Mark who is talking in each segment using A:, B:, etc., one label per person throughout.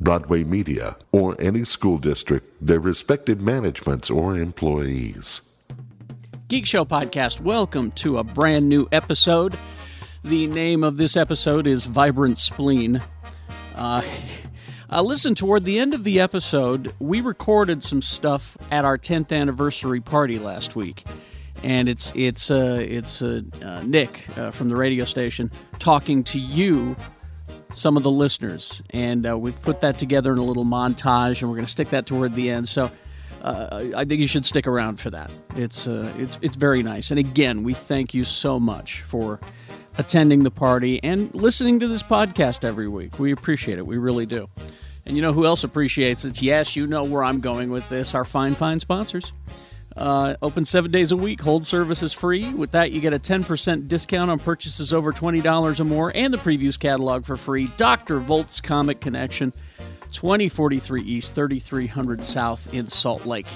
A: Broadway Media, or any school district, their respective managements or employees.
B: Geek Show Podcast, welcome to a brand new episode. The name of this episode is Vibrant Spleen. Uh, uh, listen, toward the end of the episode, we recorded some stuff at our 10th anniversary party last week. And it's it's uh, it's uh, uh, Nick uh, from the radio station talking to you some of the listeners. And uh, we've put that together in a little montage, and we're going to stick that toward the end. So uh, I think you should stick around for that. It's, uh, it's, it's very nice. And again, we thank you so much for attending the party and listening to this podcast every week. We appreciate it. We really do. And you know who else appreciates it? Yes, you know where I'm going with this our fine, fine sponsors. Uh, open seven days a week. Hold service is free. With that, you get a 10% discount on purchases over $20 or more and the previews catalog for free. Dr. Volt's Comic Connection, 2043 East, 3300 South in Salt Lake.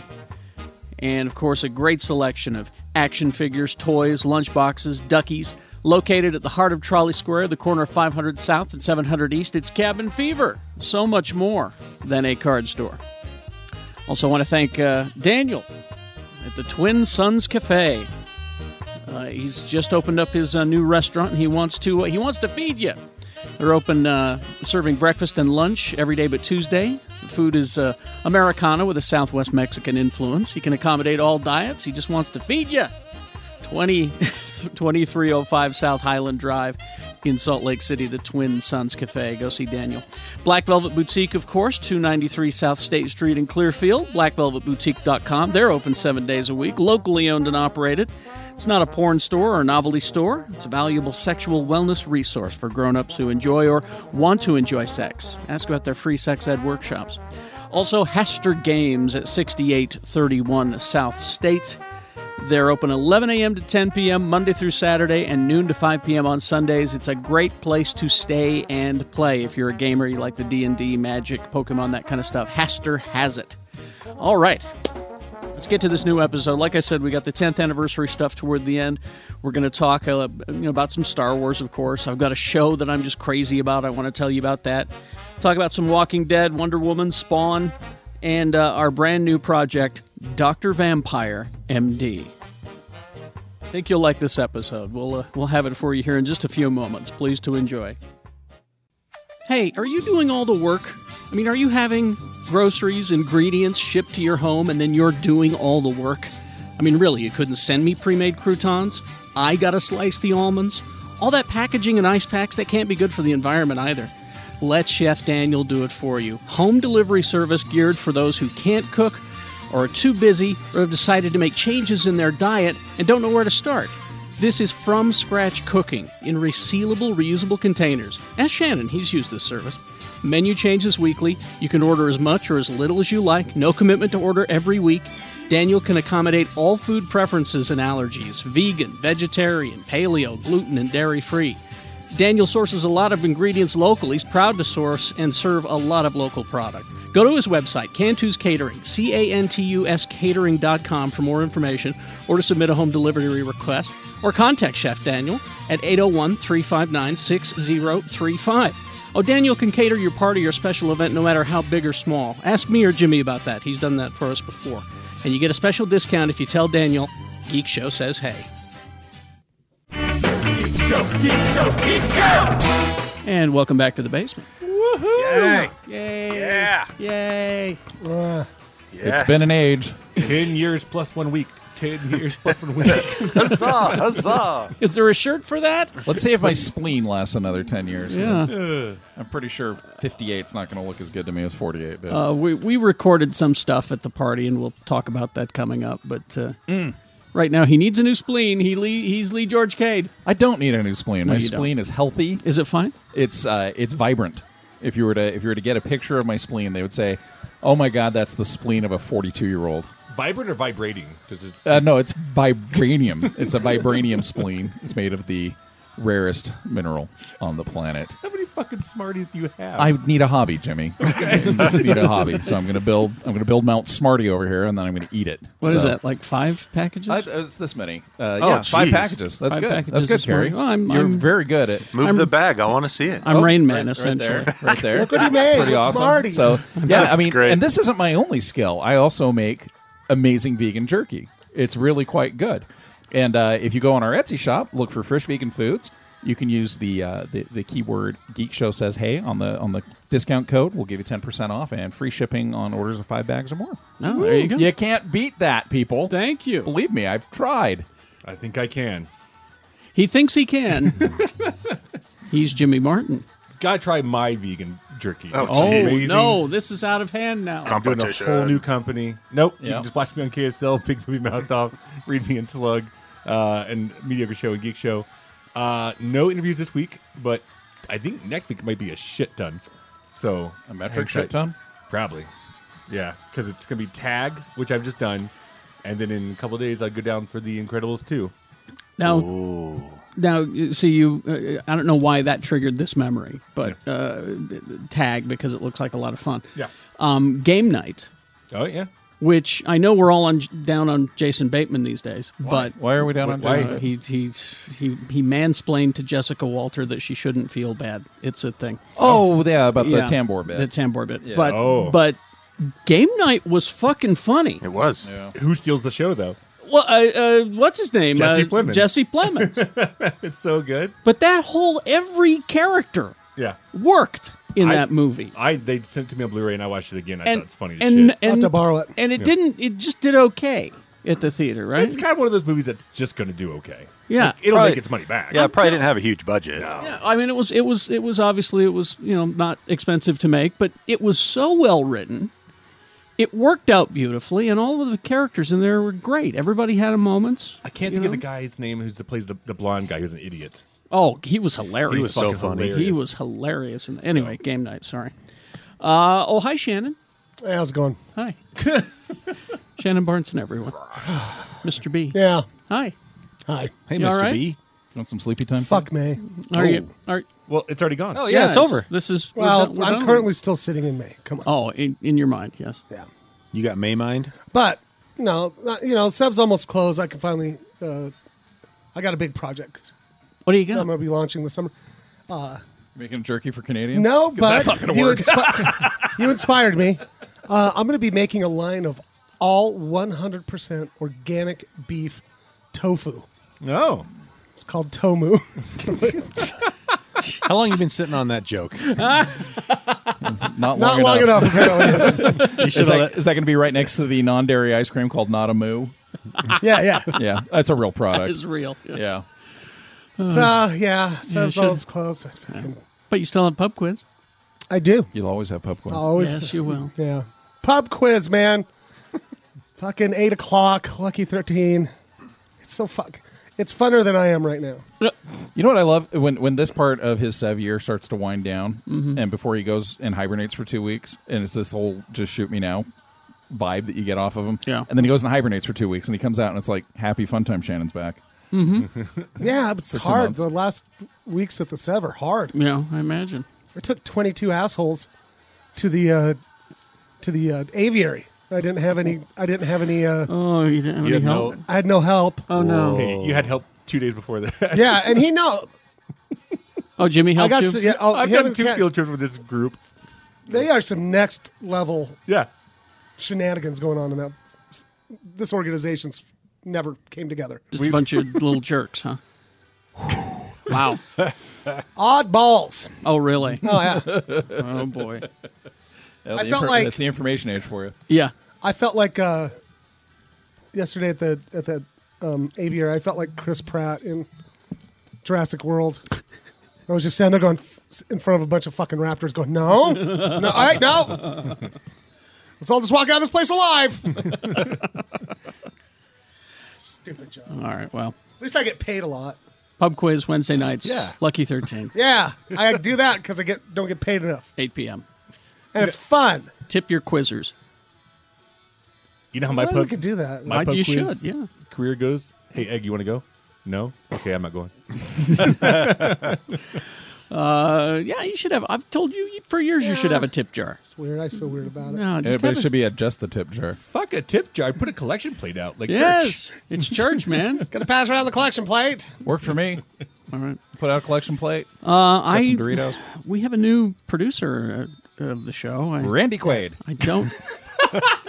B: And of course, a great selection of action figures, toys, lunchboxes, duckies. Located at the heart of Trolley Square, the corner of 500 South and 700 East, it's Cabin Fever. So much more than a card store. Also, want to thank uh, Daniel at the Twin Sons Cafe. Uh, he's just opened up his uh, new restaurant, and he wants to uh, he wants to feed you. They're open uh, serving breakfast and lunch every day but Tuesday. The food is uh, Americana with a Southwest Mexican influence. He can accommodate all diets. He just wants to feed you. 20, 2305 South Highland Drive in Salt Lake City, the Twin Sons Cafe. Go see Daniel. Black Velvet Boutique, of course, 293 South State Street in Clearfield, blackvelvetboutique.com. They're open seven days a week, locally owned and operated. It's not a porn store or a novelty store. It's a valuable sexual wellness resource for grown ups who enjoy or want to enjoy sex. Ask about their free sex ed workshops. Also, Hester Games at 6831 South State. They're open 11 a.m. to 10 p.m. Monday through Saturday and noon to 5 p.m. on Sundays. It's a great place to stay and play if you're a gamer. You like the D and D, Magic, Pokemon, that kind of stuff. Haster has it. All right, let's get to this new episode. Like I said, we got the 10th anniversary stuff toward the end. We're going to talk uh, you know, about some Star Wars, of course. I've got a show that I'm just crazy about. I want to tell you about that. Talk about some Walking Dead, Wonder Woman, Spawn, and uh, our brand new project, Doctor Vampire MD. I think you'll like this episode. We'll uh, we'll have it for you here in just a few moments. Please to enjoy. Hey, are you doing all the work? I mean, are you having groceries, ingredients shipped to your home, and then you're doing all the work? I mean, really, you couldn't send me pre made croutons? I gotta slice the almonds? All that packaging and ice packs, that can't be good for the environment either. Let Chef Daniel do it for you. Home delivery service geared for those who can't cook or are too busy or have decided to make changes in their diet and don't know where to start. This is from scratch cooking in resealable, reusable containers. Ask Shannon, he's used this service. Menu changes weekly. You can order as much or as little as you like. No commitment to order every week. Daniel can accommodate all food preferences and allergies vegan, vegetarian, paleo, gluten, and dairy free. Daniel sources a lot of ingredients locally. He's proud to source and serve a lot of local product. Go to his website, Cantus Catering, C A N T U S catering.com for more information or to submit a home delivery request or contact Chef Daniel at 801 359 6035. Oh, Daniel can cater your party or special event no matter how big or small. Ask me or Jimmy about that. He's done that for us before. And you get a special discount if you tell Daniel Geek Show says hey. And welcome back to the basement.
C: Oh,
B: Woohoo! Yay! Yay!
C: Yeah.
B: Yay!
D: It's been an age.
E: Ten years plus one week. Ten years plus one week.
C: huzzah, huzzah.
B: Is there a shirt for that?
D: Let's see if my spleen lasts another 10 years.
B: Yeah.
E: Ugh.
D: I'm pretty sure 58 is not going to look as good to me as 48. But
B: Uh, we we recorded some stuff at the party, and we'll talk about that coming up. But uh, right now, he needs a new spleen. He Lee, he's Lee George Cade.
D: I don't need a new spleen.
B: No,
D: my
B: you don't.
D: spleen is healthy.
B: Is it fine?
D: It's uh, it's vibrant. If you were to if you were to get a picture of my spleen, they would say, "Oh my God, that's the spleen of a 42 year old."
E: Vibrant or vibrating? Because it's
D: Uh, no, it's vibranium. it's a vibranium spleen. It's made of the rarest mineral on the planet.
B: Oh.
E: How many fucking Smarties do you have?
D: I need a hobby, Jimmy. I just need a hobby. So I'm gonna build. I'm gonna build Mount Smarty over here, and then I'm gonna eat it.
B: What is
D: so.
B: that? Like five packages? Oh,
D: I, it's this many. Uh, yeah, five
F: geez.
D: packages. That's
B: Five
D: good.
B: packages
D: That's
B: is
D: good, Carrie.
B: fine. Well, I'm-
D: You're
B: I'm-
D: very good at.
F: Move the bag. I want to see it.
B: I'm Rain Man,
D: oh, Right- right
B: essentially.
D: there, right there.
G: Look what he
D: That's
G: made.
D: Pretty
G: It's
D: awesome.
G: Smarty.
D: So yeah, I mean,
F: great.
D: and this isn't my only skill. I also make amazing vegan jerky. It's really quite good. And uh, if you go on our Etsy shop, look for Fresh Vegan Foods. You can use the, uh, the the keyword Geek Show says hey on the on the discount code. We'll give you ten percent off and free shipping on orders of five bags or more.
B: Oh, there you go.
D: You can't beat that, people.
B: Thank you.
D: Believe me, I've tried.
E: I think I can.
B: He thinks he can. He's Jimmy Martin.
E: Gotta try my vegan jerky.
F: Oh,
E: It's
B: Oh
E: amazing.
B: no, this is out of hand now.
E: I'm doing a whole new company. Nope. You
D: Yeah.
E: can just watch me on KSL, Big Movie Mouth Off, Read Me and Slug, uh, and Mediocre Show and Geek Show. Uh, no interviews this week, but I think next week might be a shit ton. So
D: A
E: hang
D: metric shit
E: tight.
D: ton.
E: Probably. Yeah, because it's going to be Tag, which I've just done. And then in a couple of days, I go down for The Incredibles 2.
B: Now, now, see you. Uh, I don't know why that triggered this memory, but uh, tag because it looks like a lot of fun.
E: Yeah.
B: Um, game night,
E: Oh, yeah.
B: which I know we're all on down on Jason Bateman these days, but
D: Why are we down on
E: Why-
D: Disney?
B: Uh, he, he he he mansplained to Jessica Walter that she shouldn't feel bad. It's a thing.
D: Oh yeah, about the
B: Yeah.
D: tambour bit.
B: The tambour bit. But
E: Oh.
B: but game night was fucking funny.
F: It was.
E: Who steals the show, though?
B: Well, uh, uh, what's his name?
E: Jesse
B: uh,
E: Plemons.
B: Jesse Plemons.
E: It's so good.
B: but that whole every character
E: Yeah.
B: worked in
E: I-
B: that movie.
E: I They sent it to me on Blu ray, and I watched it again. I
B: and
E: thought it's funny as
B: and
E: shit.
G: I'll have
B: and,
G: to borrow it.
B: and it didn't. It just did okay at the theater, right?
E: It's kind of one of those movies that's just going to do okay.
B: Yeah.
E: Like, it'll
F: Probably-
E: make its money back.
F: Yeah, it probably didn't have a huge budget.
B: Yeah, I mean, it was it was it was obviously it was you know not expensive to make, but it was so well written. It worked out beautifully, and all of the characters in there were great. Everybody had a moment.
E: I can't
B: you
E: think
B: know?
E: of the guy's name who plays the, the blonde guy who's an idiot.
B: Oh, he was hilarious.
E: He's fucking hilarious.
B: He was hilarious. In the, anyway, game night. Sorry. Uh, oh, hi, Shannon.
G: Hey, how's it going?
B: Hi, Shannon Barnes and everyone. Mr. B.
G: Yeah.
B: Hi.
G: Hi.
D: hey,
B: you all right?
D: want some sleepy time?
G: Fuck me.
B: Are you? Are,
E: Well, it's already gone.
D: Oh yeah, it's over.
B: This is we're
G: Well,
B: done- we're
G: I'm
B: done.
G: currently still sitting in May. Come on.
B: Oh, in, in your mind, yes.
G: Yeah.
F: You got May mind?
G: But no, not- you know, Seb's almost closed. I can finally. Uh, I got a big project
B: What do you
G: that I'm
B: got?
G: going to be launching this summer.
D: Making jerky for Canadians?
G: No,
D: 'Cause
G: but
D: that's not going to
G: you,
D: work.
G: inspi- you inspired me. Uh, I'm going to be making a line of all 100% organic beef tofu.
E: No.
G: It's called Tomu.
F: How long you been sitting on that joke?
D: It's not long,
G: Not long enough, apparently.
D: Is that, is that going to be right next to the non-dairy ice cream called Not a Moo?
G: yeah, yeah.
D: Yeah, that's a real product.
B: It's real.
D: yeah,
G: So, yeah, Seb's
B: should-
G: almost closed.
B: But you still have pub quiz.
G: I do.
D: you'll always have popcorn.
B: Oh.
G: Always.
B: Yes, you will.
G: Yeah. Pub quiz, man. Fucking eight o'clock, lucky thirteen. It's so fuck. It's funner than I am right now.
D: You know what I love when when this part of his sev year starts to wind down,
B: Mm-hmm.
D: and before he goes and hibernates for two weeks, and it's this whole "just shoot me now" vibe that you get off of him.
B: Yeah.
D: and then he goes and hibernates for two weeks, and he comes out, and it's like happy fun time. Shannon's back.
G: Yeah, but it's
D: two
G: hard.
D: months.
G: The last weeks at the Sev are hard.
B: Yeah, I imagine.
G: I took twenty-two assholes to the uh, to the uh, aviary. I didn't have any. I didn't have any. Uh,
B: Oh, you didn't have
E: You
B: any
E: had
B: help?
E: no,
G: I had no help.
B: Oh no.
E: Hey, you had help two days before that.
G: Yeah, and he know.
B: Oh, Jimmy
G: I
B: helped
G: got.
B: you.
G: s- yeah, oh,
E: I've
G: him
E: done
G: and
E: two
G: Kat-
E: field trips with this group.
G: They are some next level
E: Yeah.
G: shenanigans going on in that. This organization's never came together.
B: Just a bunch of little jerks, huh? wow.
G: Oddballs.
B: Oh, really?
G: Oh yeah.
B: Oh boy.
G: I felt like-
D: it's the information age for you.
B: Yeah.
G: I felt like uh, yesterday at the at the um, aviary. I felt like Chris Pratt in Jurassic World. I was just standing there going f- in front of a bunch of fucking raptors, going, "No, no, all right, no." Let's all just walk out of this place alive. Stupid job.
B: All right. Well,
G: At least I get paid a lot.
B: pub quiz Wednesday nights.
G: Yeah.
B: Lucky thirteen.
G: Yeah, I do that because I get don't get paid enough,
B: Eight p.m.
G: and it's fun.
B: Tip your quizzers.
E: You know how
G: I
E: my
G: think we
E: pub,
G: could do that.
E: my
B: Why-
E: pub
B: you
E: quiz
B: should, yeah.
E: career goes? Hey, Egg, you want to go? No? Okay, I'm not going.
B: Uh, yeah, you should have. I've told you for years you should have a tip jar.
G: It's weird. I feel weird about it.
B: No, just
D: Everybody
B: have a-
D: should be at just the tip jar.
E: Fuck a tip jar. I put a collection plate out. Like church.
B: yes, it's church, man.
G: Gonna pass around the collection plate.
D: Worked for me.
B: All right.
D: Put out a collection plate.
B: Uh, I
D: Got some Doritos.
B: we have a new producer uh, of the show. I,
D: Randy Quaid
B: I don't.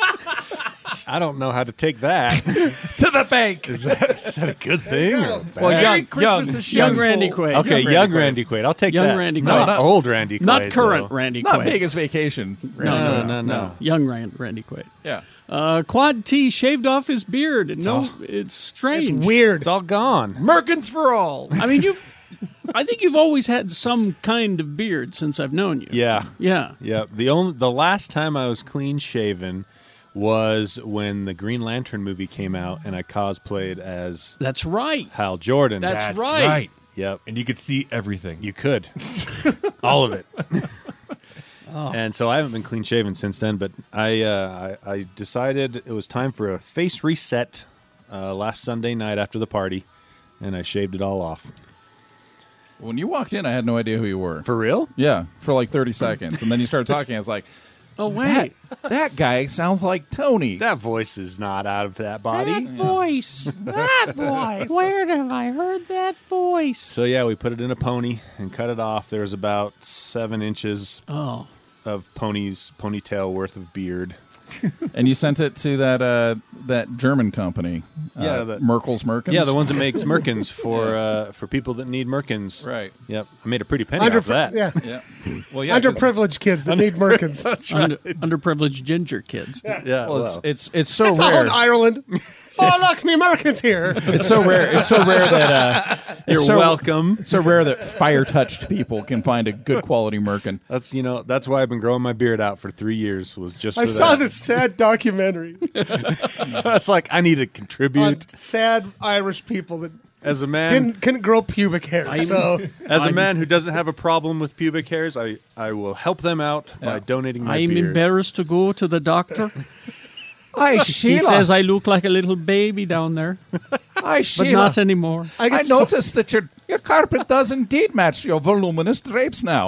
F: I don't know how to take that.
D: to the bank.
F: is, that is that a good thing? or a
D: Well,
F: bad-
D: young,
E: Christmas
D: young,
E: to Sh-
B: Young
E: Young's
B: Randy
E: full.
B: Quaid.
F: okay,
D: Randy
F: young
D: Quaid.
F: Randy Quaid. I'll take
B: Young
F: that.
B: Randy
F: Not,
B: Quaid. Not-
F: old Randy Quaid.
B: Not current
F: though.
B: Randy
D: not
B: Quaid.
D: Vegas Vacation.
B: No, no,
F: no, no.
B: Young Rand, Randy Quaid.
D: Yeah.
B: Uh, Quad T shaved off his beard. no, it's strange.
G: It's weird.
F: It's all gone.
B: Merkins for all. I mean, you. I think you've always had some kind of beard since I've known you.
F: Yeah.
B: Yeah.
F: Yep. The only the last time I was clean shaven was when the Green Lantern movie came out and I cosplayed as
B: That's right.
F: Hal Jordan.
B: That's
E: That's
B: right.
E: right.
F: Yep.
E: And you could see everything.
F: You could. All of it. Oh. And so I haven't been clean shaven since then, but I, uh, I I decided it was time for a face reset uh, last Sunday night after the party, and I shaved it all off.
D: When you walked in, I had no idea who you were.
F: For real?
D: yeah, for like 30 seconds. And then you started talking. I was like,
B: Oh wait.
D: that, that guy sounds like Tony.
F: That voice is not out of that body.
B: voice. That voice. Where have I heard that voice?
F: So yeah, we put it in a pony and cut it off. There was about seven inches
B: Oh.
F: of pony's ponytail worth of beard.
D: And you sent it to that uh, that German company. Uh,
F: Yeah, the-
D: Merkel's Merkins.
F: Yeah, the ones that makes merkins for uh, for people that need merkins.
D: Right.
F: Yep. I made a pretty penny
G: Under,
F: off that.
G: yeah.
D: Yeah. Well, yeah. 'cause-
G: Underprivileged kids that need Merkins. it's
B: Under, underprivileged ginger kids.
F: Yeah.
D: well, it's, it's, it's so
G: all in
D: rare.
G: Ireland. oh, look, me Merkins here.
D: It's so rare. It's so rare that uh,
F: You're
D: it's so-
F: welcome.
D: It's so rare that fire touched people can find a good quality merkin.
F: That's you know that's why I've been growing my beard out for three years was just.
G: I
F: for
G: saw
F: that.
G: this sad documentary
F: That's like I need to
G: on
F: contribute
G: sad Irish people that
F: as a man.
G: didn't couldn't grow pubic hair. so
F: as a man who doesn't have a problem with pubic hairs, I I will help them out by donating my
B: I'm
F: beard.
B: embarrassed to go to the doctor.
D: I
B: He says I look like a little baby down there,
D: I
B: but not anymore.
G: I get so-
D: noticed that your your carpet does indeed match your voluminous drapes now.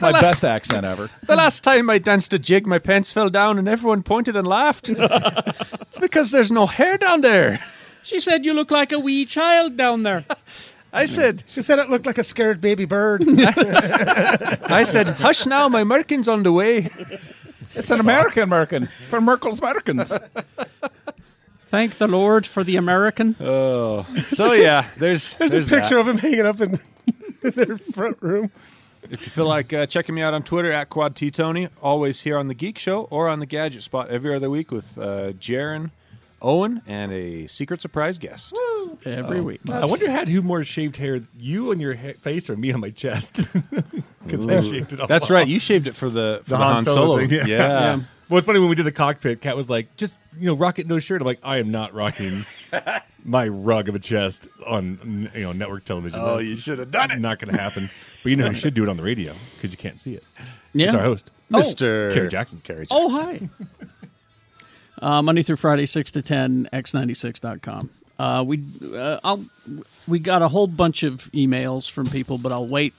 D: My best accent ever.
F: The last time I danced a jig, my pants fell down and everyone pointed and laughed. it's because there's no hair down there.
B: She said you look like a wee child down there.
F: I said,
G: she said it looked like a scared baby bird.
F: I said, hush now, my merkin's on the way.
D: It's an American merkin for Merkel's Merkins.
B: Thank the Lord for the American.
F: So yeah, there's
G: There's, a picture
F: that.
G: of him hanging up in, in their front room.
F: If you feel like uh, checking me out on Twitter at Quad T Tony, always here on the Geek Show or on the Gadget Spot every other week with uh, Jaron, Owen, and a secret surprise guest.
B: Every week.
D: Oh.
E: I wonder had who more shaved hair, you on your ha- face or me on my chest? Because I shaved it all.
F: That's
E: off.
F: right, you shaved it for the for the, Han, Solo.
E: thing, yeah.
F: yeah.
E: Well, it's funny when we did the cockpit, Kat was like, just, you know, rocket no shirt. I'm like, I am not rocking my rug of a chest on, you know, network television.
F: Oh,
E: That's
F: you should have done it.
E: Not going to happen. but you know, you should do it on the radio because you can't see it.
B: Yeah.
E: It's our host.
F: Mr.
E: Kerry Jackson. Kerry Jackson.
B: Oh, hi. uh, Monday through Friday, 6 to 10, x96.com. Uh, we, uh, I'll, we got a whole bunch of emails from people, but I'll wait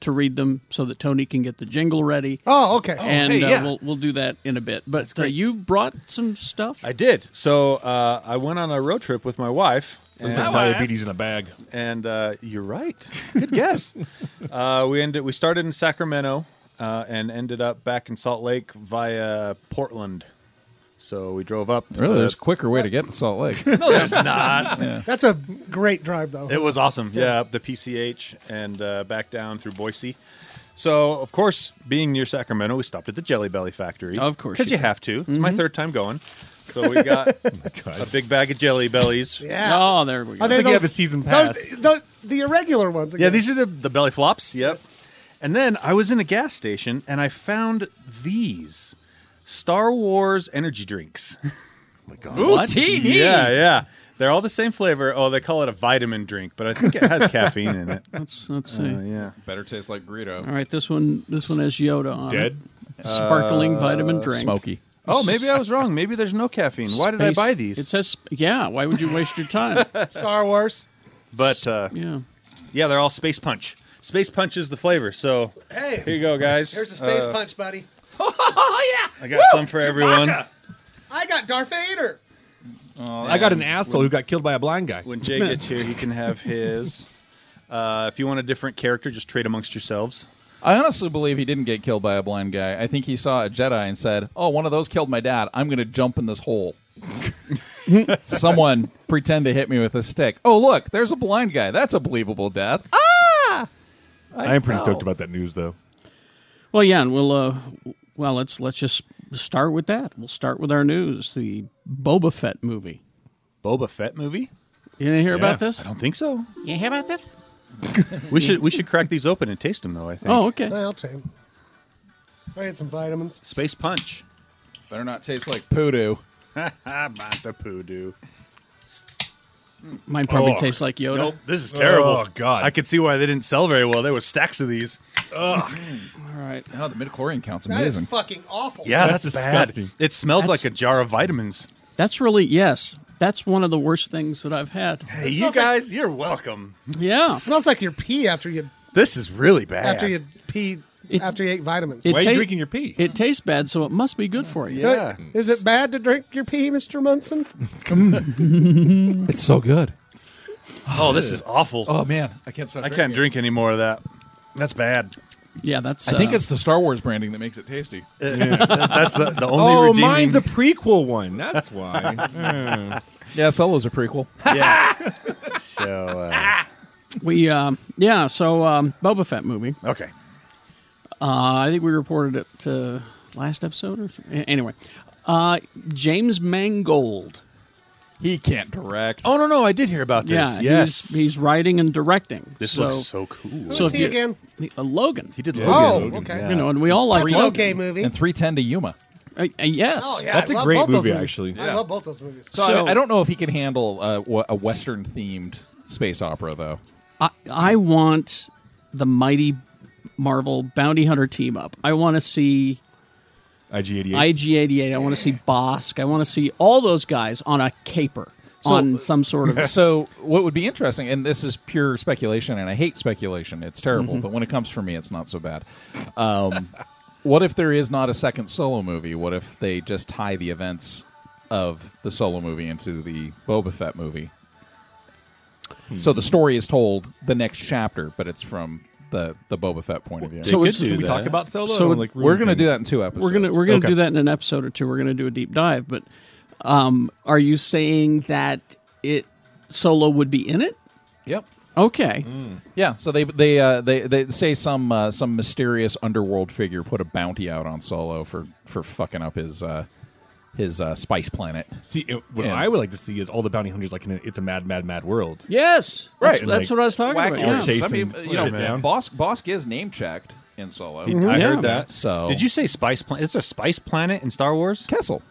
B: to read them so that Tony can get the jingle ready.
G: Oh, okay.
B: and
F: hey,
B: uh,
F: yeah.
B: we'll, we'll do that in a bit. But uh, you brought some stuff.
F: I did. So uh, I went on a road trip with my wife.
E: There's
F: and-
E: some diabetes in a bag.
F: and uh, you're right. Good guess. uh, we ended. We started in Sacramento uh, and ended up back in Salt Lake via Portland. So we drove up.
D: Really,
F: uh,
D: there's a quicker way to get to Salt Lake.
F: no, there's not.
G: That's a great drive, though.
F: It was awesome. Yeah, up the PCH and uh, back down through Boise. So of course, being near Sacramento, we stopped at the Jelly Belly factory.
B: Of course
F: because
B: you
F: you, Mm-hmm. Oh have to. It's my third time going. So we got a
E: God.
F: big bag of Jelly Bellies.
G: yeah.
B: Oh, there we go.
G: Are they
E: I think you
G: those-
E: have a season
G: those-
E: pass.
G: the, the irregular ones.
F: Yeah,
G: again.
F: these are the, the belly flops. Yep. And then I was in a gas station and I found these Star Wars energy drinks.
B: What?
F: yeah, yeah. They're all the same flavor. Oh, they call it a vitamin drink, but I think it has caffeine in it.
B: Let's, let's see.
F: Uh, yeah.
D: Better taste like
B: All
D: Greedo.
B: right, this one this one has Yoda on it.
E: Dead.
B: Sparkling
F: Uh,
B: vitamin drink.
D: Smoky.
F: Oh, maybe I was wrong. Maybe there's no caffeine. Why did I
B: Space-
F: buy these?
B: It says, yeah, why would you waste your time?
G: Star Wars.
F: But uh,
B: Yeah.
F: yeah, they're all space punch. Space punch is the flavor. So
G: Hey.
F: here you go, guys.
G: Here's a space
F: Uh,
G: punch, buddy.
F: I got some for everyone.
G: I got Darth Vader.
E: I got an asshole who got killed by a blind guy.
F: When Jay gets here, he can have his. Uh, if you want a different character, just trade amongst yourselves.
D: I honestly believe he didn't get killed by a blind guy. I think he saw a Jedi and said, "Oh, one of those killed my dad. I'm going to jump in this hole." Someone pretend to hit me with a stick. Oh, look, there's a blind guy. That's a believable death. Ah!
E: I am pretty
F: Oh.
E: stoked about that news, though.
B: Well, yeah, and we'll uh, well let's let's just start with that. We'll start with our news: the Boba Fett movie.
F: Boba Fett movie?
B: You didn't hear about
E: Yeah.
B: this?
F: I don't think so.
B: You hear about this?
F: We should we should crack these open and taste them though. I think.
B: Oh, okay.
G: I'll take him. I had some vitamins.
F: Space punch.
D: Better not taste like poodoo.
F: Ah, not the poodoo.
B: Mine probably
F: Oh.
B: tastes like Yoda.
F: Nope, this is terrible.
E: Oh, God.
F: I could see why they didn't sell very well. There was stacks of these.
B: All right.
D: Oh, the midichlorian count's
G: That is
D: amazing.
G: fucking awful.
F: Yeah,
E: That's
F: that's, bad.
E: disgusting.
F: It smells like a jar of vitamins.
B: That's really yes. That's one of the worst things that I've had.
F: Hey,
G: smells
F: you
G: like-
F: guys, you're welcome.
B: Yeah.
G: It smells like your pee after you
F: This is really bad.
G: after you pee
B: It-
G: after you ate vitamins.
B: it
E: Why are you
B: ta-
E: drinking your pee?
B: It tastes bad, so it must be good for you.
F: yeah.
G: Is it bad to drink your pee, Mr. Munson?
D: It's so good.
F: Oh, this is awful.
D: Oh man, I can't stop.
F: I can't drink any more of that. That's bad.
B: Yeah, that's.
D: I think
B: uh,
D: it's the Star Wars branding that makes it tasty.
F: That's the, the only
E: Oh,
F: redeeming.
E: mine's a prequel one. That's why.
D: Yeah, Solo's a prequel.
F: yeah. so uh,
B: we. Um, yeah, so um, Boba Fett movie.
F: okay.
B: Uh, I think we reported it uh, last episode or something. anyway. Uh, James Mangold.
D: He can't direct.
F: Oh no, no, I did hear about this.
B: Yeah,
F: yes.
B: he's he's writing and directing.
F: this
B: so,
F: looks so cool.
B: So if
G: Who's he
B: you-
G: again?
B: uh, Logan.
F: he did Logan.
G: Oh,
E: Logan,
G: okay.
F: yeah.
B: you know, and we all like
G: That's an
B: Logan.
G: okay movie.
D: and 310 to Yuma.
B: Uh, uh, yes.
G: oh yeah,
E: That's
G: I
E: a
G: love
E: great
G: both those
E: movie,
G: movies.
E: actually.
G: I love both those movies.
D: So,
B: So-
D: I, I don't know if he can handle uh, wh- a Western themed space opera, though.
B: I, I want the mighty Marvel bounty hunter team up. I want to see
E: IG88.
B: IG88. I want to see Bosk. I want to see all those guys on a caper
D: So-
B: on some sort of.
D: so, what would be interesting, and this is pure speculation, and I hate speculation, it's terrible,
B: Mm-hmm.
D: but when it comes from me, it's not so bad. Um, what if there is not a second solo movie? What if they just tie the events of the solo movie into the Boba Fett movie? So,
B: Hmm.
D: the story is told the next chapter, but it's from the, the Boba Fett point of view.
B: So it's,
E: Can we talk about Solo?
B: So
E: Or,
B: it-
E: like,
D: We're going to
E: ruin
D: do that in
E: things?
D: two episodes.
B: we're gonna we're gonna
D: Okay.
B: do that in an episode or two. We're gonna do a deep dive. But um, are you saying that it solo would be in it?
D: Yep.
B: Okay.
G: Mm-hmm.
D: Yeah, so they they uh, they they say some uh, some mysterious underworld figure put a bounty out on Solo for for fucking up his uh, his uh, spice planet.
E: See, it- what
D: Yeah.
E: I would like to see is all the bounty hunters like in a, it's a mad, mad, mad world.
B: Yes.
D: Right.
B: That's, that's what I was talking about.
E: or
B: yeah.
E: chase him.
D: I mean, you
E: Shit,
D: know,
E: man.
D: Bosk Bosk is name checked in Solo.
F: I
B: Yeah.
F: heard that.
D: So-
F: did you say spice planet? Is there a spice planet in Star Wars?
D: Kessel,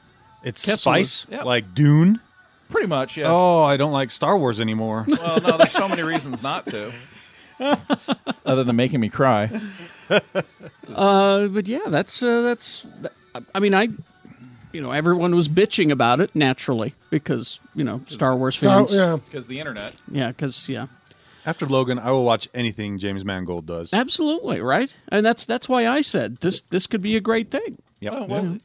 F: It's
B: Kessel
F: spice
D: is- yeah.
F: like Dune.
D: pretty much. Yeah.
F: Oh, I don't like Star Wars anymore.
D: Well, no, there's so many reasons not to. Other than making me cry.
B: Uh, but yeah, that's uh, that's. That, I mean, I, you know, everyone was bitching about it naturally because you know Star Wars
G: Star-
B: fans.
G: Oh, yeah.
D: Because the internet.
B: yeah, because yeah,
F: After Logan, I will watch anything James Mangold does.
B: absolutely right, and that's that's why I said this this could be a great thing.
F: Yep.
D: Oh, well,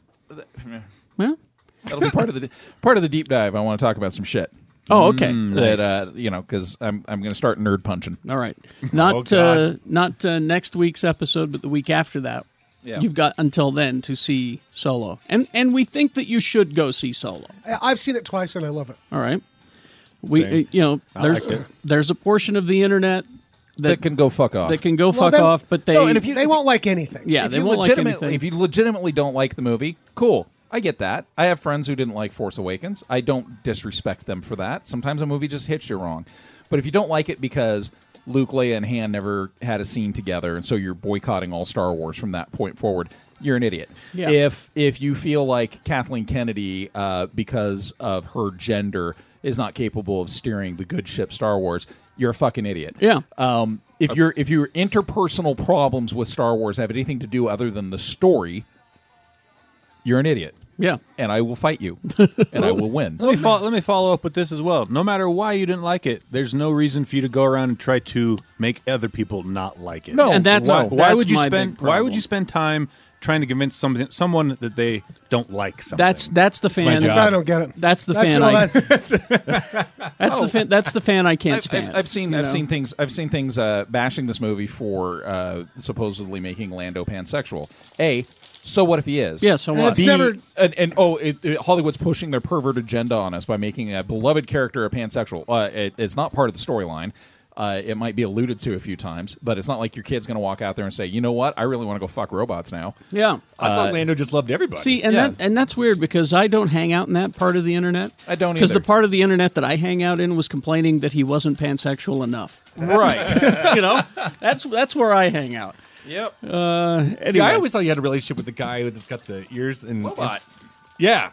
B: Well,
D: that'll be part of the part of the deep dive. I want to talk about some shit
B: oh okay,
D: that uh, you know because I'm I'm going to start nerd punching.
B: all right. Not
E: Oh,
B: uh,
E: God.
B: not uh, next week's episode, but the week after that.
D: Yeah.
B: You've got until then to see Solo, and and we think that you should go see Solo.
G: I- I've seen it twice and I love it.
B: All right, we
E: Same.
B: uh, you know there's
E: liked it.
B: there's a portion of the internet
D: That can go fuck off.
B: that can go
G: Well,
B: fuck
G: they-
B: off, but they
D: No, and if you-
G: They won't like anything.
B: yeah
D: if
B: they
D: you
B: won't like
D: legitimately,
B: anything.
D: If you legitimately don't like the movie, cool. I get that. I have friends who didn't like Force Awakens. I don't disrespect them for that. Sometimes a movie just hits you wrong. But if you don't like it because Luke, Leia, and Han never had a scene together, and so you're boycotting all Star Wars from that point forward, you're an idiot.
B: Yeah.
D: If if you feel like Kathleen Kennedy, uh, because of her gender, is not capable of steering the good ship Star Wars, you're a fucking idiot.
B: Yeah.
D: Um, if your if your interpersonal problems with Star Wars have anything to do other than the story, you're an idiot.
B: Yeah.
D: and I will fight you, and I will win.
F: Let me fol- let me follow up with this as well. No matter why you didn't like it, there's no reason for you to go around and try to make other people not like it.
D: No,
B: And that's
F: why,
B: that's
F: why would you
B: my
F: spend
B: big
F: why
B: problem.
F: would you spend time trying to convince something someone that they don't like something?
B: That's that's the
F: my
B: fan.
F: job.
G: I don't get it.
B: That's the
G: that's,
B: fan.
G: oh,
B: I, that's,
G: that's-
D: Oh.
B: the fan. That's the fan I can't
D: I've,
B: stand.
D: I've- I've seen
B: you
D: I've
B: know?
D: seen things I've seen things uh, bashing this movie for uh, supposedly making Lando pansexual. A, so what if he is? Uh,
B: Yeah, so And what? it's
D: B,
G: never-
D: and, and oh, it, it- Hollywood's pushing their pervert agenda on us by making a beloved character a pansexual. Uh, it, it's not part of the storyline. Uh, it might be alluded to a few times, but it's not like your kid's going to walk out there and say, "You know what? I really want to go fuck robots now." Uh,
B: Yeah.
E: I thought Lando just loved everybody.
B: See, and
D: yeah.
B: that and that's weird because I don't hang out in that part of the internet.
D: I don't
B: because the
D: either.
B: part of the internet that I hang out in was complaining that he wasn't pansexual enough.
D: Right?
B: you know, that's that's where I hang out. Uh,
D: yep.
E: See, I always thought you had a relationship with the guy that's got the ears and
D: Robot.
E: yeah,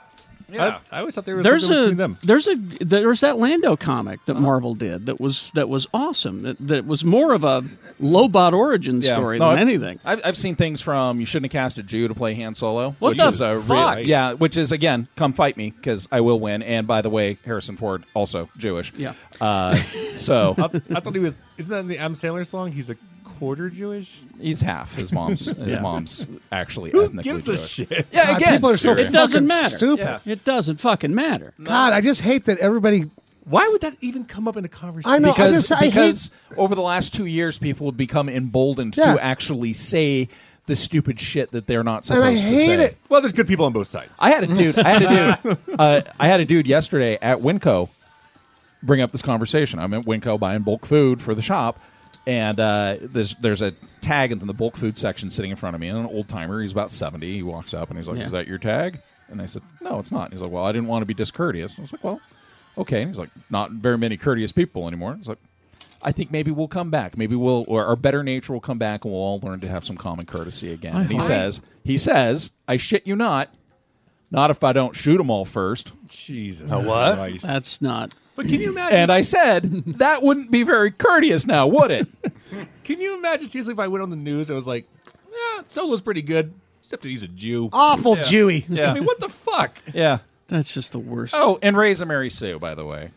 D: Yeah.
E: I, I always thought there was
B: There's
E: something
B: a
E: between them.
B: there's a there's that Lando comic that Marvel did that was that was awesome that, that was more of a Lobot origin
D: Yeah.
B: story
D: No,
B: than
D: I've-
B: anything.
D: I've, I've seen things from you shouldn't have cast a Jew to play Han Solo.
B: What
D: which
B: the
D: is a real-
B: fuck?
D: yeah, which is again, come fight me because I will win. And by the way, Harrison Ford also Jewish.
B: Yeah.
D: Uh, so
E: I thought he was. Isn't that in the Am Sandler song? He's a quarter Jewish.
D: he's half. His mom's his mom's actually
E: Who
D: ethnically
E: gives a
D: Jewish.
E: shit?
D: Yeah,
G: God,
D: again,
G: people are so
B: It doesn't
G: fucking
B: matter.
G: Stupid.
B: It doesn't fucking matter.
G: God, I just hate that everybody.
E: Why would that even come up in a conversation?
G: I know. I
D: because
G: just, I hate.
D: because over the last two years, people have become emboldened
G: Yeah.
D: to actually say the stupid shit that they're not
G: And
D: supposed
G: I
D: to say.
G: hate it.
E: Well, there's good people on both sides.
D: I had a dude. I had a dude. Uh, I had a dude yesterday at Winco bring up this conversation. I'm at Winco buying bulk food for the shop, and uh, there's there's a tag in the bulk food section sitting in front of me, and an old timer. He's about seventy. He walks up and he's like,
B: Yeah.
D: "Is that your tag?" And I said, "No, it's not." And he's like, "Well, I didn't want to be discourteous." And I was like, "Well, okay." And he's like, "Not very many courteous people anymore." He's like. I think maybe we'll come back. Maybe we'll, or our better nature will come back, and we'll all learn to have some common courtesy again. and he
B: hope-
D: says, he says, I shit you not, not if I don't shoot them all first.
E: Jesus, what?
B: That's not.
E: But can you imagine?
D: And I said, that wouldn't be very courteous now, would it?
E: can you imagine? Seriously, if I went on the news, and was like, "Yeah, Solo's pretty good, except that he's a Jew."
G: Awful Jewy.
E: I mean, what the fuck?
D: Yeah.
B: That's just the worst.
D: Oh, and Raise a Mary Sue, by the way.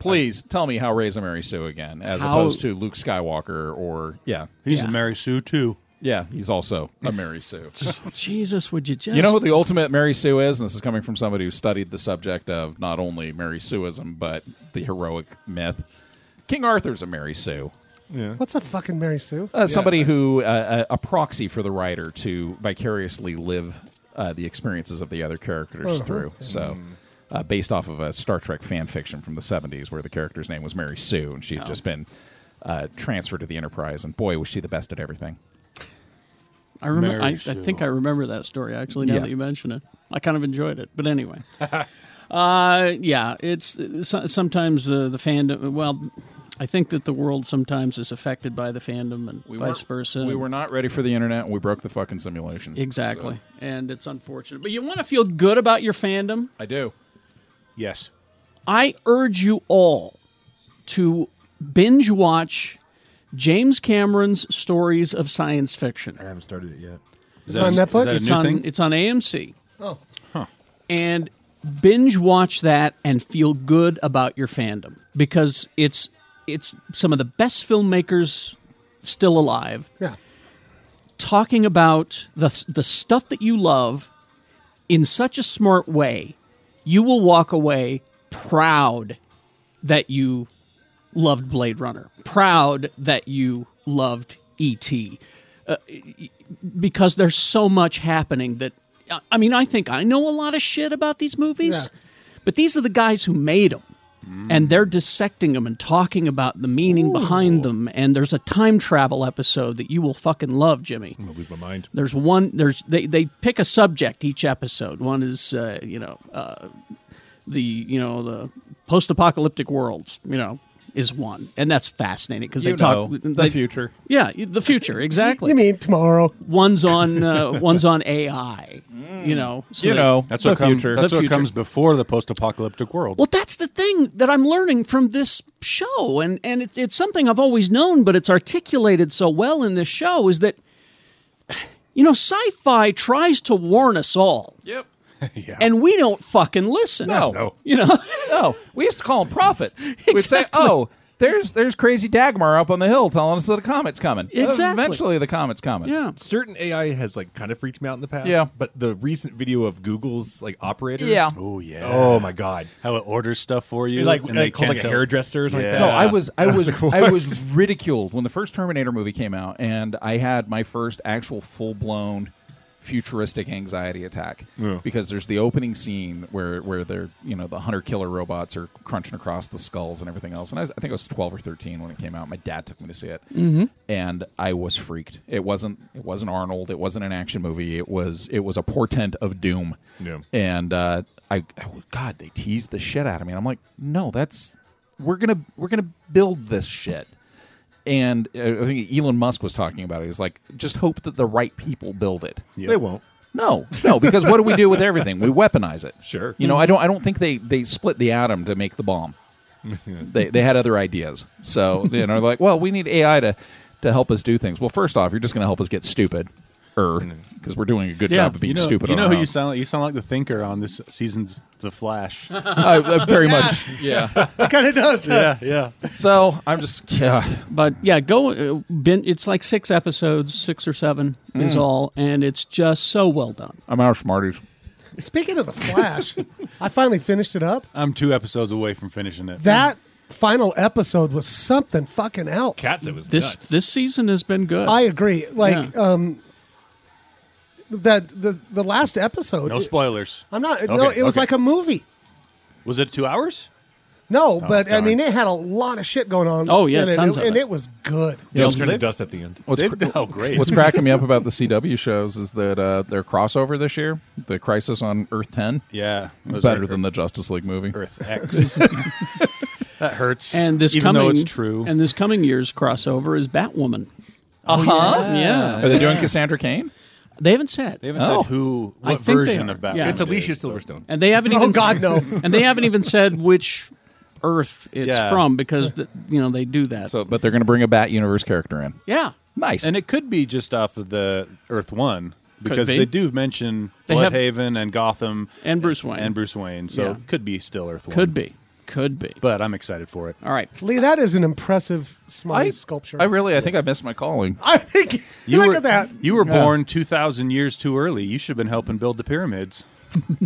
D: Please tell me how Raise a Mary Sue again, as
B: How-
D: opposed to Luke Skywalker or, yeah.
F: He's
B: Yeah.
F: a Mary Sue too.
D: Yeah, he's also a Mary Sue.
B: Jesus, would you just?
D: You know who the ultimate Mary Sue is? And this is coming from somebody who studied the subject of not only Mary Sueism, but the heroic myth. King Arthur's a Mary Sue.
G: What's a fucking Mary Sue?
D: Uh, somebody who, uh, a a proxy for the writer to vicariously live uh, the experiences of the other characters
B: Uh-huh.
D: through. So,
B: Mm.
D: uh, based off of a Star Trek fan fiction from the 70s where the character's name was Mary Sue and she had just been uh, transferred to the Enterprise. And boy, was she the best at everything.
B: I remember. I, I
F: Mary Sue.
B: think I remember that story actually. Now
D: Yeah.
B: that you mention it, I kind of enjoyed it. But anyway, uh, yeah, it's so- sometimes the the fandom. Well, I think that the world sometimes is affected by the fandom and vice
D: weren't-
B: versa.
D: We were not ready for the internet and we broke the fucking simulation.
B: exactly, and it's unfortunate. But you want to feel good about your fandom.
D: I do.
F: Yes.
B: I urge you all to binge watch James Cameron's stories of science fiction.
F: I haven't started it yet. Is
G: on Netflix?
F: Is that a
B: it's
F: new
B: on
F: thing?
B: it's on AMC. Oh. And binge watch that and feel good about your fandom because it's it's some of the best filmmakers still alive
G: Yeah.
B: talking about the the stuff that you love in such a smart way. You will walk away proud that you loved Blade Runner, proud that you loved E.T because there's so much happening that I- I mean, I think I know a lot of shit about these movies,
G: Yeah.
B: but these are the guys who made them. And they're dissecting them and talking about the meaning behind them. And there's a time travel episode that you will fucking love, Jimmy.
E: I lose my mind.
B: There's one. There's they they pick a subject each episode. One is uh, you know uh, the you know the post apocalyptic worlds. You know is one, and that's fascinating because they
D: You
B: talk
D: know, the
B: they-
D: future.
B: Yeah, the future exactly
G: You mean tomorrow?
B: one's on uh, one's on AI. You know, so
D: Mm. You
B: they-
D: know,
F: That's
D: the
F: what comes.
D: future.
F: That's
B: The
F: what
B: future.
F: comes before the post-apocalyptic world.
B: Well, that's the thing that I'm learning from this show, and and it's it's something I've always known, but it's articulated so well in this show is that you know sci-fi tries to warn us all.
D: Yep.
B: and we don't fucking listen.
D: No. No.
B: you know,
D: Oh, we used to call them prophets. We'd say, "Oh, there's there's crazy Dagmar up on the hill telling us that a comet's coming.
B: Exactly.
D: Eventually, the comet's coming.
B: yeah.
E: Certain AI has like kind of freaked me out in the past.
D: Yeah.
E: But the recent video of Google's like operator.
D: Yeah.
F: Oh yeah.
E: Oh my god.
F: How it orders stuff for you.
E: It, like
F: and
E: it
F: they
E: calls
F: can't
E: like a
F: tell-
E: hairdresser or something.
F: Yeah.
E: Like
D: No,
E: that.
D: I was I was I was ridiculed when the first Terminator movie came out, and I had my first actual full blown futuristic anxiety attack because there's the opening scene where where they're you know the hunter killer robots are crunching across the skulls and everything else, and I, was, I think I was 12 or 13 when it came out. My dad took me to see it,
E: Mm-hmm.
D: and I was freaked. It wasn't it wasn't Arnold. It wasn't an action movie. It was it was a portent of doom.
E: Yeah.
D: And uh, I, I God, they teased the shit out of me. And I'm like, no, that's we're gonna we're gonna build this shit. And uh, I think Elon Musk was talking about it. He's like, just hope that the right people build it.
E: They won't.
D: No, no, because what do we do with everything? We weaponize it.
E: Sure.
D: You know, I don't I don't think they they split the atom to make the bomb. they they had other ideas. So, you know, like, well, we need AI to to help us do things. Well, first off, you're just going to help us get stupid er because we're doing a good job of being
F: you know,
D: stupid.
F: You
D: on
F: know
D: our
F: who
D: own.
F: you sound like? You sound like the thinker on this season's The Flash.
D: I, I very much. Yeah.
G: It kind of does.
F: yeah, yeah.
D: So I'm just yeah.
B: But yeah, go. uh, Been, it's like six episodes, six or seven is all, and it's just so well done.
D: I'm Irish Marty's.
G: Speaking of the Flash, I finally finished it up.
F: I'm two episodes away from finishing it.
G: That final episode was something fucking else.
E: Cats it was
B: This
E: nuts.
B: this season has been good.
G: I agree. Like
B: Yeah.
G: um, that the the last episode.
F: No spoilers.
G: I'm not. no,
F: Okay,
G: it was
F: okay.
G: like a movie.
F: Was it two hours?
G: No, but I
F: darn.
G: mean, it had a lot of shit going on.
B: Oh, yeah,
G: in it,
B: tons of
G: and
B: it.
G: it was good.
E: It was
F: know,
E: turned to
F: they've-
E: dust at the end.
D: What's
F: They've-
D: cr-
F: oh, great.
D: What's cracking me up about the CW shows is that uh, their crossover this year, the Crisis on Earth Ten,
F: yeah. it was
D: better
F: Earth-
D: than the Justice League movie.
F: Earth X. that hurts.
B: and this
F: even
B: coming,
F: though it's true. Uh-huh.
B: And this coming year's crossover is Batwoman. Uh huh. Yeah.
D: Are they doing Cassandra Kane?
B: they haven't said.
F: they haven't
D: Oh.
F: said who,
B: I
F: what
B: think they
F: version
B: are.
F: of Batman.
B: Yeah.
E: It's
F: it
E: Alicia
F: is, but-
E: Silverstone.
B: and they haven't.
G: Oh,
B: Even
G: God, no.
B: And they haven't even said which Earth it's
F: Yeah.
B: from because the, you know they do that.
D: So, but they're going to bring a Bat Universe character in.
B: yeah.
D: Nice.
F: And it could be just off of the Earth One because
B: be.
F: they do mention
B: They have-
F: Bloodhaven and Gotham
B: And Bruce Wayne.
F: and Bruce Wayne, so
B: Yeah.
F: it could be still Earth One.
B: Could be. Could be.
F: but I'm excited for it.
B: All right.
G: Lee, that is an impressive smiley
D: I,
G: sculpture.
D: I really, I think I missed my calling.
G: I think
F: You
G: look
F: were
G: at that.
F: you were born two thousand years too early. You should have been helping build the pyramids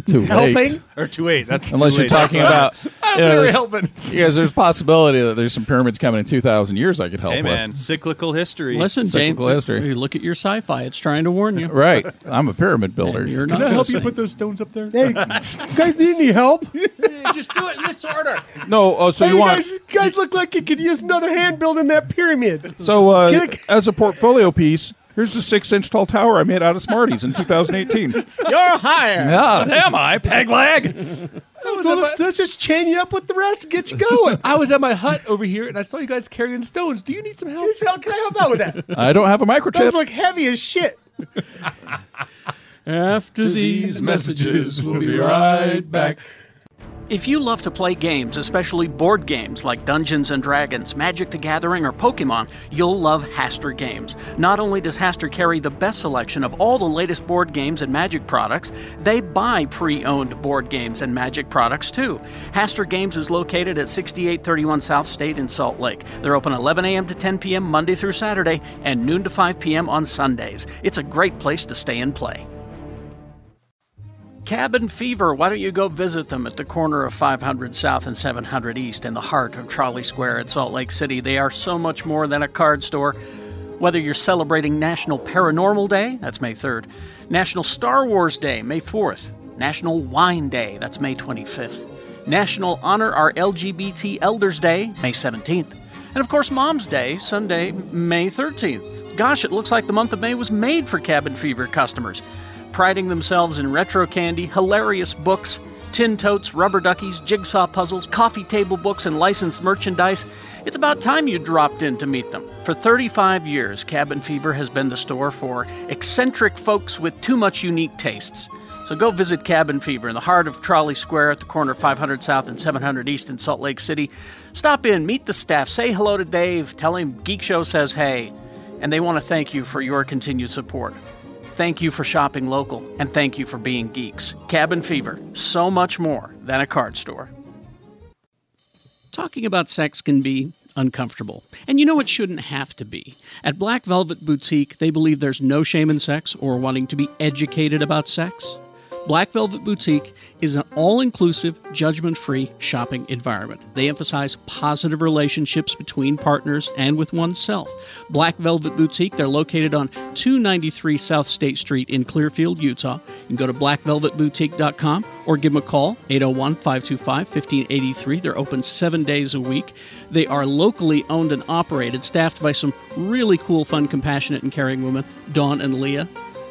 D: Too
G: Helping.
F: or two eight. That's too
D: Unless you're
F: late.
D: talking about, you know, there's,
E: helping.
D: because there's possibility that there's some pyramids coming in 2,000 years I could help
F: Hey
D: with.
F: man, cyclical history.
B: Listen, James.
D: Cyclical history.
B: you Look at your sci-fi. It's trying to warn you.
D: Right. I'm a pyramid builder.
B: You're not
E: Can I help you
B: listening.
E: put those stones up there?
G: Hey, you guys need any help? Hey,
F: just do it in this order.
D: no, oh, so
G: you
D: you want
G: guys, you guys look like you could use another hand building that pyramid.
D: So, uh,
G: Kick.
D: as a portfolio piece, here's the six inch tall tower I made out of Smarties in 2018.
B: You're hired.
D: yeah, am I, peg leg?
G: So let's, let's just chain you up with the rest and get you going.
E: I was at my hut over here and I saw you guys carrying stones. Do you need some help?
G: Jeez, Val, can I help out with that?
D: I don't have a microchip.
G: Those look heavy as shit.
B: After these messages, we'll be right back. If you love to play games, especially board games like Dungeons and Dragons, Magic the Gathering, or Pokemon, you'll love Haster Games. Not only does Haster carry the best selection of all the latest board games and Magic products, they buy pre owned board games and Magic products too. Haster Games is located at 6831 South State in Salt Lake. They're open 11 a.m. to 10 p.m. Monday through Saturday and noon to 5 p.m. on Sundays. It's a great place to stay and play. Cabin Fever, why don't you go visit them at the corner of 500 South and 700 East in the heart of Trolley Square at Salt Lake City? They are so much more than a card store. Whether you're celebrating National Paranormal Day, that's May 3rd, National Star Wars Day, May 4th, National Wine Day, that's May 25th, National Honor Our LGBT Elders Day, May 17th, and of course Mom's Day, Sunday, May 13th. Gosh, it looks like the month of May was made for Cabin Fever customers priding themselves in retro candy, hilarious books, tin totes, rubber duckies, jigsaw puzzles, coffee table books, and licensed merchandise. It's about time you dropped in to meet them. For 35 years, Cabin Fever has been the store for eccentric folks with too much unique tastes. So go visit Cabin Fever in the heart of Trolley Square at the corner of 500 South and 700 East in Salt Lake City. Stop in, meet the staff, say hello to Dave, tell him Geek Show says hey, and they want to thank you for your continued support. Thank you for shopping local, and thank you for being geeks. Cabin Fever, so much more than a card store. Talking about sex can be uncomfortable. And you know it shouldn't have to be. At Black Velvet Boutique, they believe there's no shame in sex or wanting to be educated about sex. Black Velvet Boutique is an all inclusive, judgment free shopping environment. They emphasize positive relationships between partners and with oneself. Black Velvet Boutique, they're located on 293 South State Street in Clearfield, Utah. You can go to blackvelvetboutique.com or give them a call, 801 525 1583. They're open seven days a week. They are locally owned and operated, staffed by some really cool, fun, compassionate, and caring women, Dawn and Leah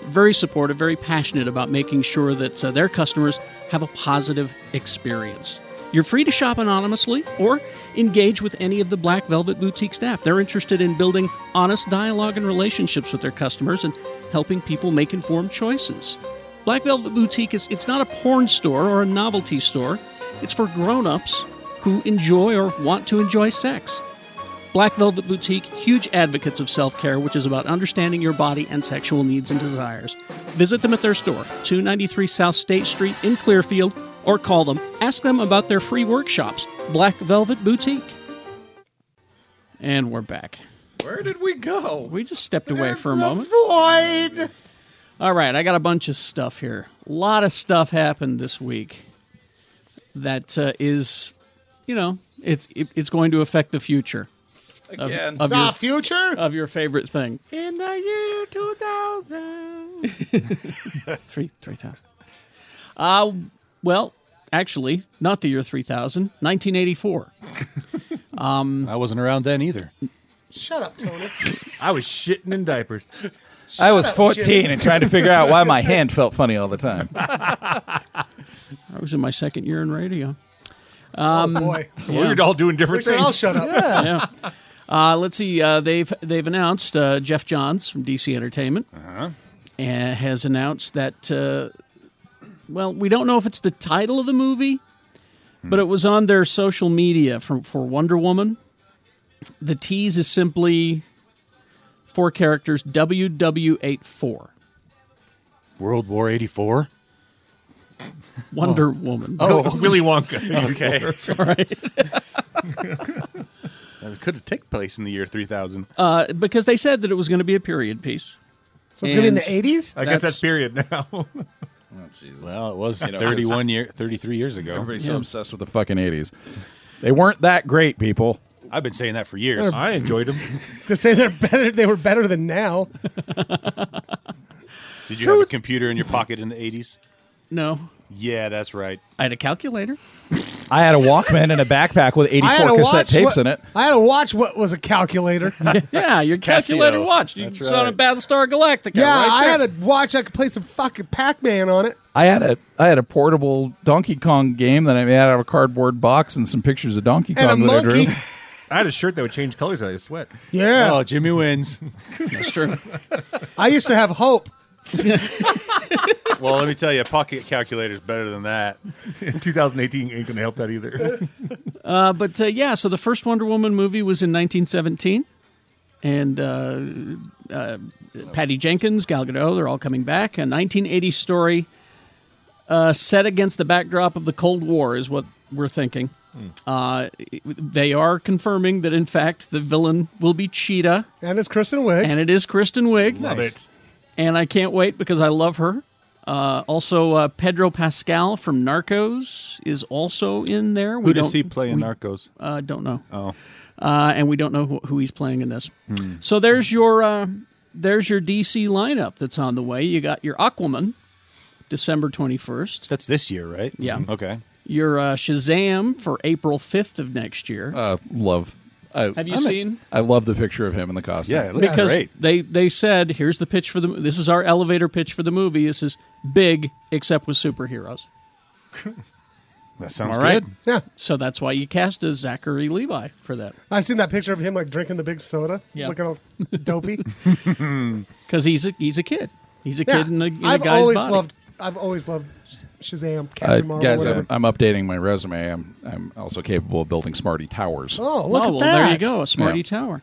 B: very supportive, very passionate about making sure that uh, their customers have a positive experience. You're free to shop anonymously or engage with any of the Black Velvet Boutique staff. They're interested in building honest dialogue and relationships with their customers and helping people make informed choices. Black Velvet Boutique is it's not a porn store or a novelty store. It's for grown-ups who enjoy or want to enjoy sex. Black Velvet Boutique, huge advocates of self care, which is about understanding your body and sexual needs and desires. Visit them at their store, 293 South State Street in Clearfield, or call them. Ask them about their free workshops, Black Velvet Boutique. And we're back.
D: Where did we go?
B: We just stepped away for a moment.
H: Void.
B: All right, I got a bunch of stuff here. A lot of stuff happened this week that uh, is, you know, it's, it, it's going to affect the future
D: Again.
B: of
H: The
B: your,
H: future.
B: of your favorite thing.
E: In the year 2000.
B: Three three thousand. Uh well, actually, not the year 3000, 1984.
F: I wasn't around then either.
H: Shut up, Tony.
E: I was shitting in diapers.
D: I was 14 and trying to figure out why my hand felt funny all the time.
B: I was in my second year in radio. Um,
G: oh boy,
E: We were all doing
G: we
E: different
G: should
E: things.
G: all shut up.
B: Yeah. Uh, let's see. Uh, they've they've announced uh, Jeff Johns from DC Entertainment
E: Uh-huh.
B: and has announced that. Uh, well, we don't know if it's the title of the movie, but it was on their social media from for Wonder Woman. The tease is simply four characters WW84.
F: World War 84?
B: Wonder Woman.
E: Willy Wonka.
F: Oh. Okay. Sorry. that could have taken place in the year 3000.
B: Uh, because they said that it was going to be a period piece.
G: So it's gonna be in
B: And-
G: the '80s.
E: I guess that's period now.
F: well, Oh, it was
D: know,
F: 31 year 33 years ago.
D: Everybody's so obsessed with the fucking 80s. They weren't that great, people.
F: I've been saying that for years.
E: I enjoyed them.
G: It's gonna say they're better. They were better than now.
F: Did you have a computer in your pocket in the 80s?
B: No.
F: Yeah, that's right.
B: I had a calculator.
D: I had a Walkman and a backpack with 84
G: I had to
D: cassette
G: watch
D: tapes
G: what,
D: in it.
G: I had to watch what was a calculator. yeah,
B: Yeah, your calculator watch. You
F: That's
B: saw it on
F: right.
B: Battlestar Galactica. right
G: I
B: there.
G: had to watch. I could play some fucking Pac-Man on it.
D: I had a I had a portable Donkey Kong game that I made out of a cardboard box and some pictures of Donkey Kong
G: And a
D: that I drew.
G: monkey.
E: I had a shirt that would change colors out of sweat.
G: Yeah,
F: Oh, Jimmy wins.
G: I used to have hope.
F: well, let me tell you, a pocket calculator is better than that.
E: 2018 ain't going to help that either.
B: Uh, but uh, yeah, so the first Wonder Woman movie was in 1917, and uh, uh, Patty Jenkins, Gal Gadot, they're all coming back. A 1980 story uh, set against the backdrop of the Cold War is what we're thinking. Uh, they are confirming that in fact the villain will be Cheetah,
G: And it's Kristen Wiig.
B: and it is Kristen Wiig.
E: it.
B: and I can't wait because I love her. Uh, also, uh, Pedro Pascal from Narcos is also in there. We
F: Who does
B: don't-
F: he play in
B: we,
F: Narcos?
B: Uh, don't know.
F: Oh.
B: Uh, and we don't know who, who he's playing in this.
G: Hmm.
B: So there's your uh, there's your DC lineup that's on the way. You got your Aquaman, December twenty first.
F: That's this year, right? Mm-hmm.
B: Yeah.
F: Okay.
B: Your uh, Shazam for April fifth of next year.
G: Oh,
D: Uh, love. I,
B: Have you
D: I'm a-
B: seen?
D: I love the picture of him in the costume.
F: Yeah, it looks
B: because
F: great.
B: they they said here's the pitch for the this is our elevator pitch for the movie. This is big except with superheroes.
F: That sounds
B: All right.
F: good.
G: yeah,
B: So that's why you cast as Zachary Levi for that.
G: I've seen that picture of him like drinking the big soda,
B: Yeah.
G: looking all dopey.
B: Because he's a he's a kid. He's a
G: yeah,
B: kid in a, in a
G: I've
B: guy's
G: always
B: body.
G: loved. I've always loved Sh- Shazam,
D: Uh,
G: Captain Marvel,
D: guys,
G: whatever.
D: I'm, I'm updating my resume. I'm I'm also capable of building smarty towers.
G: Oh, look
B: oh
G: at
B: well,
G: that!
B: there you go, a Smarty
D: Yeah.
B: Tower.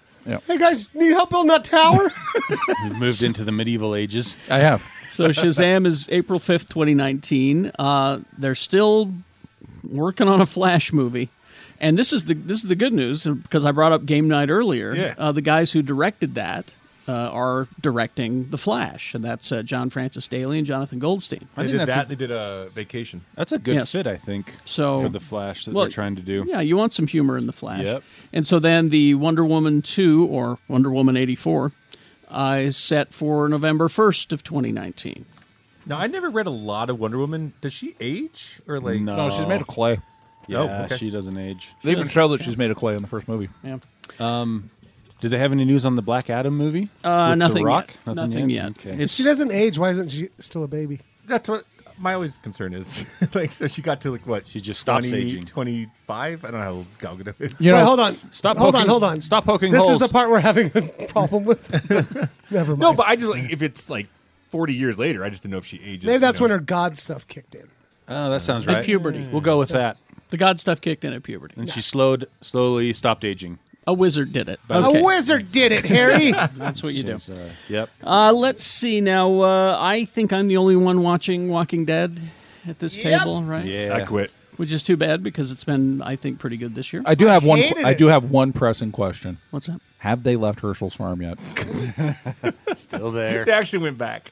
G: Hey guys, need help building that tower?
F: We've moved into the medieval ages.
D: I have.
B: So Shazam is April 5th, 2019. Uh, they're still working on a Flash movie. And this is the this is the good news uh, because I brought up Game Night earlier.
E: Yeah.
B: Uh, the guys who directed that uh, are directing The Flash, and that's uh, John Francis Daley and Jonathan Goldstein.
E: They
F: think
E: did
F: that's
E: that.
F: a-
E: they did a vacation.
F: That's a good
B: Yes.
F: fit, I think,
B: So-
F: for the Flash that
B: Well,
F: they're trying to do.
B: Yeah, you want some humor in the Flash.
F: Yep.
B: And so then the Wonder Woman 2 or Wonder Woman 84 uh, is set for November 1st of 2019.
E: Now I never read a lot of Wonder Woman. Does she age or like?
F: No.
D: Oh,
F: No, Oh, she's made of
D: clay.
F: Yeah,
E: Oh, okay.
F: she doesn't age.
D: They even show that she's made of clay in the first movie.
B: Yeah.
F: Do they have any news on the Black Adam movie?
B: Uh,
F: With The
B: nothing
F: Rock?
B: yet. Nothing yet.
F: Okay.
B: It's
G: she doesn't age. Why isn't she still a baby?
E: That's what my always concern is. like, so she got to like what?
F: She just stops aging.
E: Twenty-five. I don't know how old Gal Gadot is.
D: You
G: Wait,
D: know-
G: hold on.
F: Stop
G: Hold
F: poking-
G: on. Hold on.
F: stop poking
G: This
F: holes.
G: is the part we're having a problem with. Never mind.
E: No, but I just like if it's like forty years later, I just didn't know if she ages.
G: maybe that's
E: you
G: when
E: know.
G: her god stuff kicked in.
F: Oh, that sounds
B: at
F: right.
B: puberty.
F: We'll go with that.
B: The god stuff kicked in at puberty.
F: And she slowed, slowly stopped aging.
B: A wizard did it.
G: A wizard did it, Harry.
B: That's what you do.
F: So, yep.
B: Uh, let's see now. Uh, I think I'm the only one watching Walking Dead at this table, right?
F: Yeah.
E: I quit.
B: Which is too bad because it's been, I think, pretty good this year.
D: I do have one.
G: hated
D: I
G: it.
D: do have one pressing question.
B: What's that?
D: Have they left Herschel's farm yet?
F: Still there.
E: They actually went back.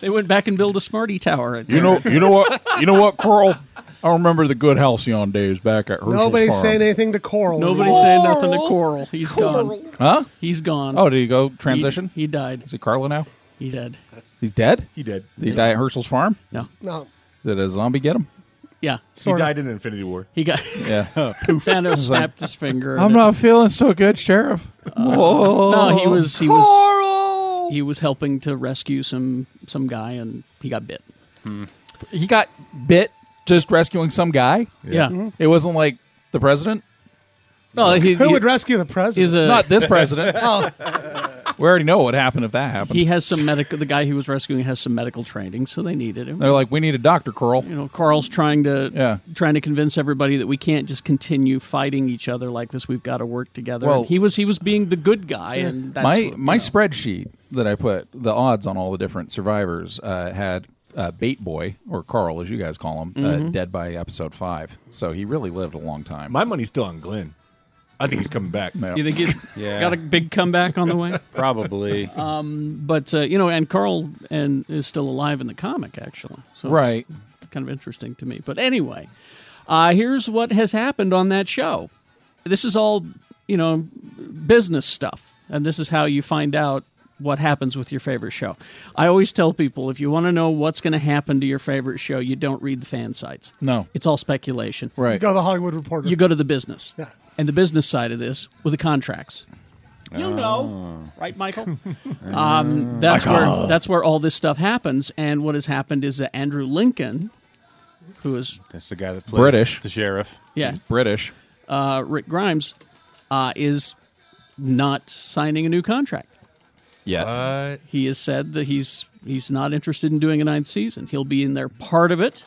B: They went back and built a Smarty Tower. At
D: You know. You know what. You know what, Carl. I remember the good halcyon days back at Herschel's
G: Nobody's
D: farm.
G: saying anything to Coral.
B: Nobody said nothing to Coral. He's gone.
D: Huh?
B: He's gone.
D: Oh, did he go
B: He-
D: transition?
B: He, died.
D: Is it Carla now?
B: He dead.
D: He's dead.
E: He did.
D: Did he die at Herschel's farm?
B: No.
G: No.
D: Did a zombie get him?
B: Yeah.
E: He
G: Sorta.
E: died in Infinity War.
B: He got
D: Yeah.
B: Thanos snapped his finger. and
D: I'm
B: it-
D: not feeling so good, Sheriff. Whoa.
B: No, he was he was he was helping to rescue some some guy and he got bit.
D: He got bit just rescuing some guy.
B: Yeah.
D: It wasn't like the president.
B: No, he,
G: Who
B: he-
G: would rescue the president?
B: he's a
D: Not this president. We already know what would happen if that happened.
B: he has some medical the guy he was rescuing has some medical training, so they needed him.
D: They're like, we need a doctor, Carl.
B: You know, Carl's trying to
D: Yeah.
B: trying to convince everybody that we can't just continue fighting each other like this. We've got to work together.
D: Well-
B: And he was he was being the good guy, and that's
D: my
B: what,
D: my
B: you know.
D: spreadsheet that I put the odds on all the different survivors uh, had uh, Bait Boy or Carl, as you guys call him, uh, dead by episode five. So he really lived a long time.
E: My money's still on Glenn. I think he's coming back.
D: Yeah.
B: You think he's
F: Yeah.
B: got a big comeback on the way?
F: Probably.
B: But uh, you know, and Carl and is still alive in the comic actually. So it's
D: Right.
B: kind of interesting to me. But anyway, uh, here's what has happened on that show. This is all you know, business stuff, and this is how you find out what happens with your favorite show. I always tell people if you want to know what's going to happen to your favorite show, you don't read the fan sites.
D: No.
B: it's all speculation.
D: right.
G: Go to the Hollywood Reporter.
B: You go to the business.
G: Yeah.
B: And the business side of this with the contracts. You know, right, Michael? um, that's where that's where all this stuff happens. And what has happened is that Andrew Lincoln, who is
F: That's the guy that plays
D: British.
F: the sheriff.
B: yeah
D: British.
B: uh, Rick Grimes, uh, is not signing a new contract.
D: Yeah.
E: Uh,
B: He has said that he's he's not interested in doing a ninth season. He'll be in there part of it,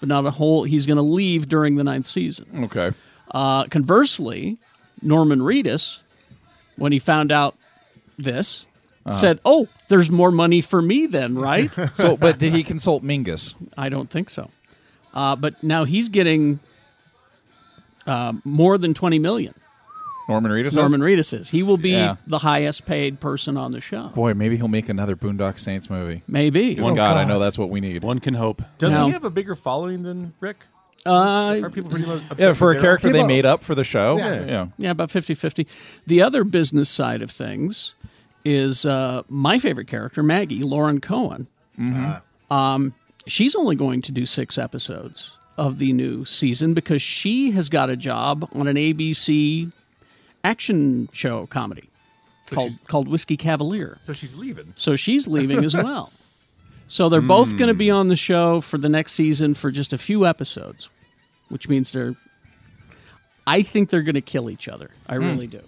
B: but not a whole. He's going to leave during the ninth season.
D: okay.
B: Uh, conversely, Norman Reedus, when he found out this, said, "Oh, there's more money for me then, right?"
D: So, but did he consult Mingus?
B: I don't think so. Uh, but now he's getting uh, more than twenty million.
D: Norman Reedus.
B: Norman Reedus is. He will be
D: Yeah.
B: the highest paid person on the show.
D: Boy, maybe he'll make another Boondock Saints movie.
B: Maybe.
D: One God, I
G: God.
D: know that's what we need.
F: One can hope.
E: doesn't
B: No.
E: he have a bigger following than Rick?
B: Uh,
E: Are people pretty much upset
D: Yeah, for
E: with
D: a
E: their-
D: character they
G: People-
D: made up for the show.
G: Yeah.
B: yeah, about 50 50. The other business side of things is uh, my favorite character, Maggie, Lauren Cohen. Um, she's only going to do six episodes of the new season because she has got a job on an ABC action show comedy called called Whiskey Cavalier.
E: So she's leaving.
B: So she's leaving as well. So they're both going to be on the show for the next season for just a few episodes, which means they're. I think they're going to kill each other. I really do.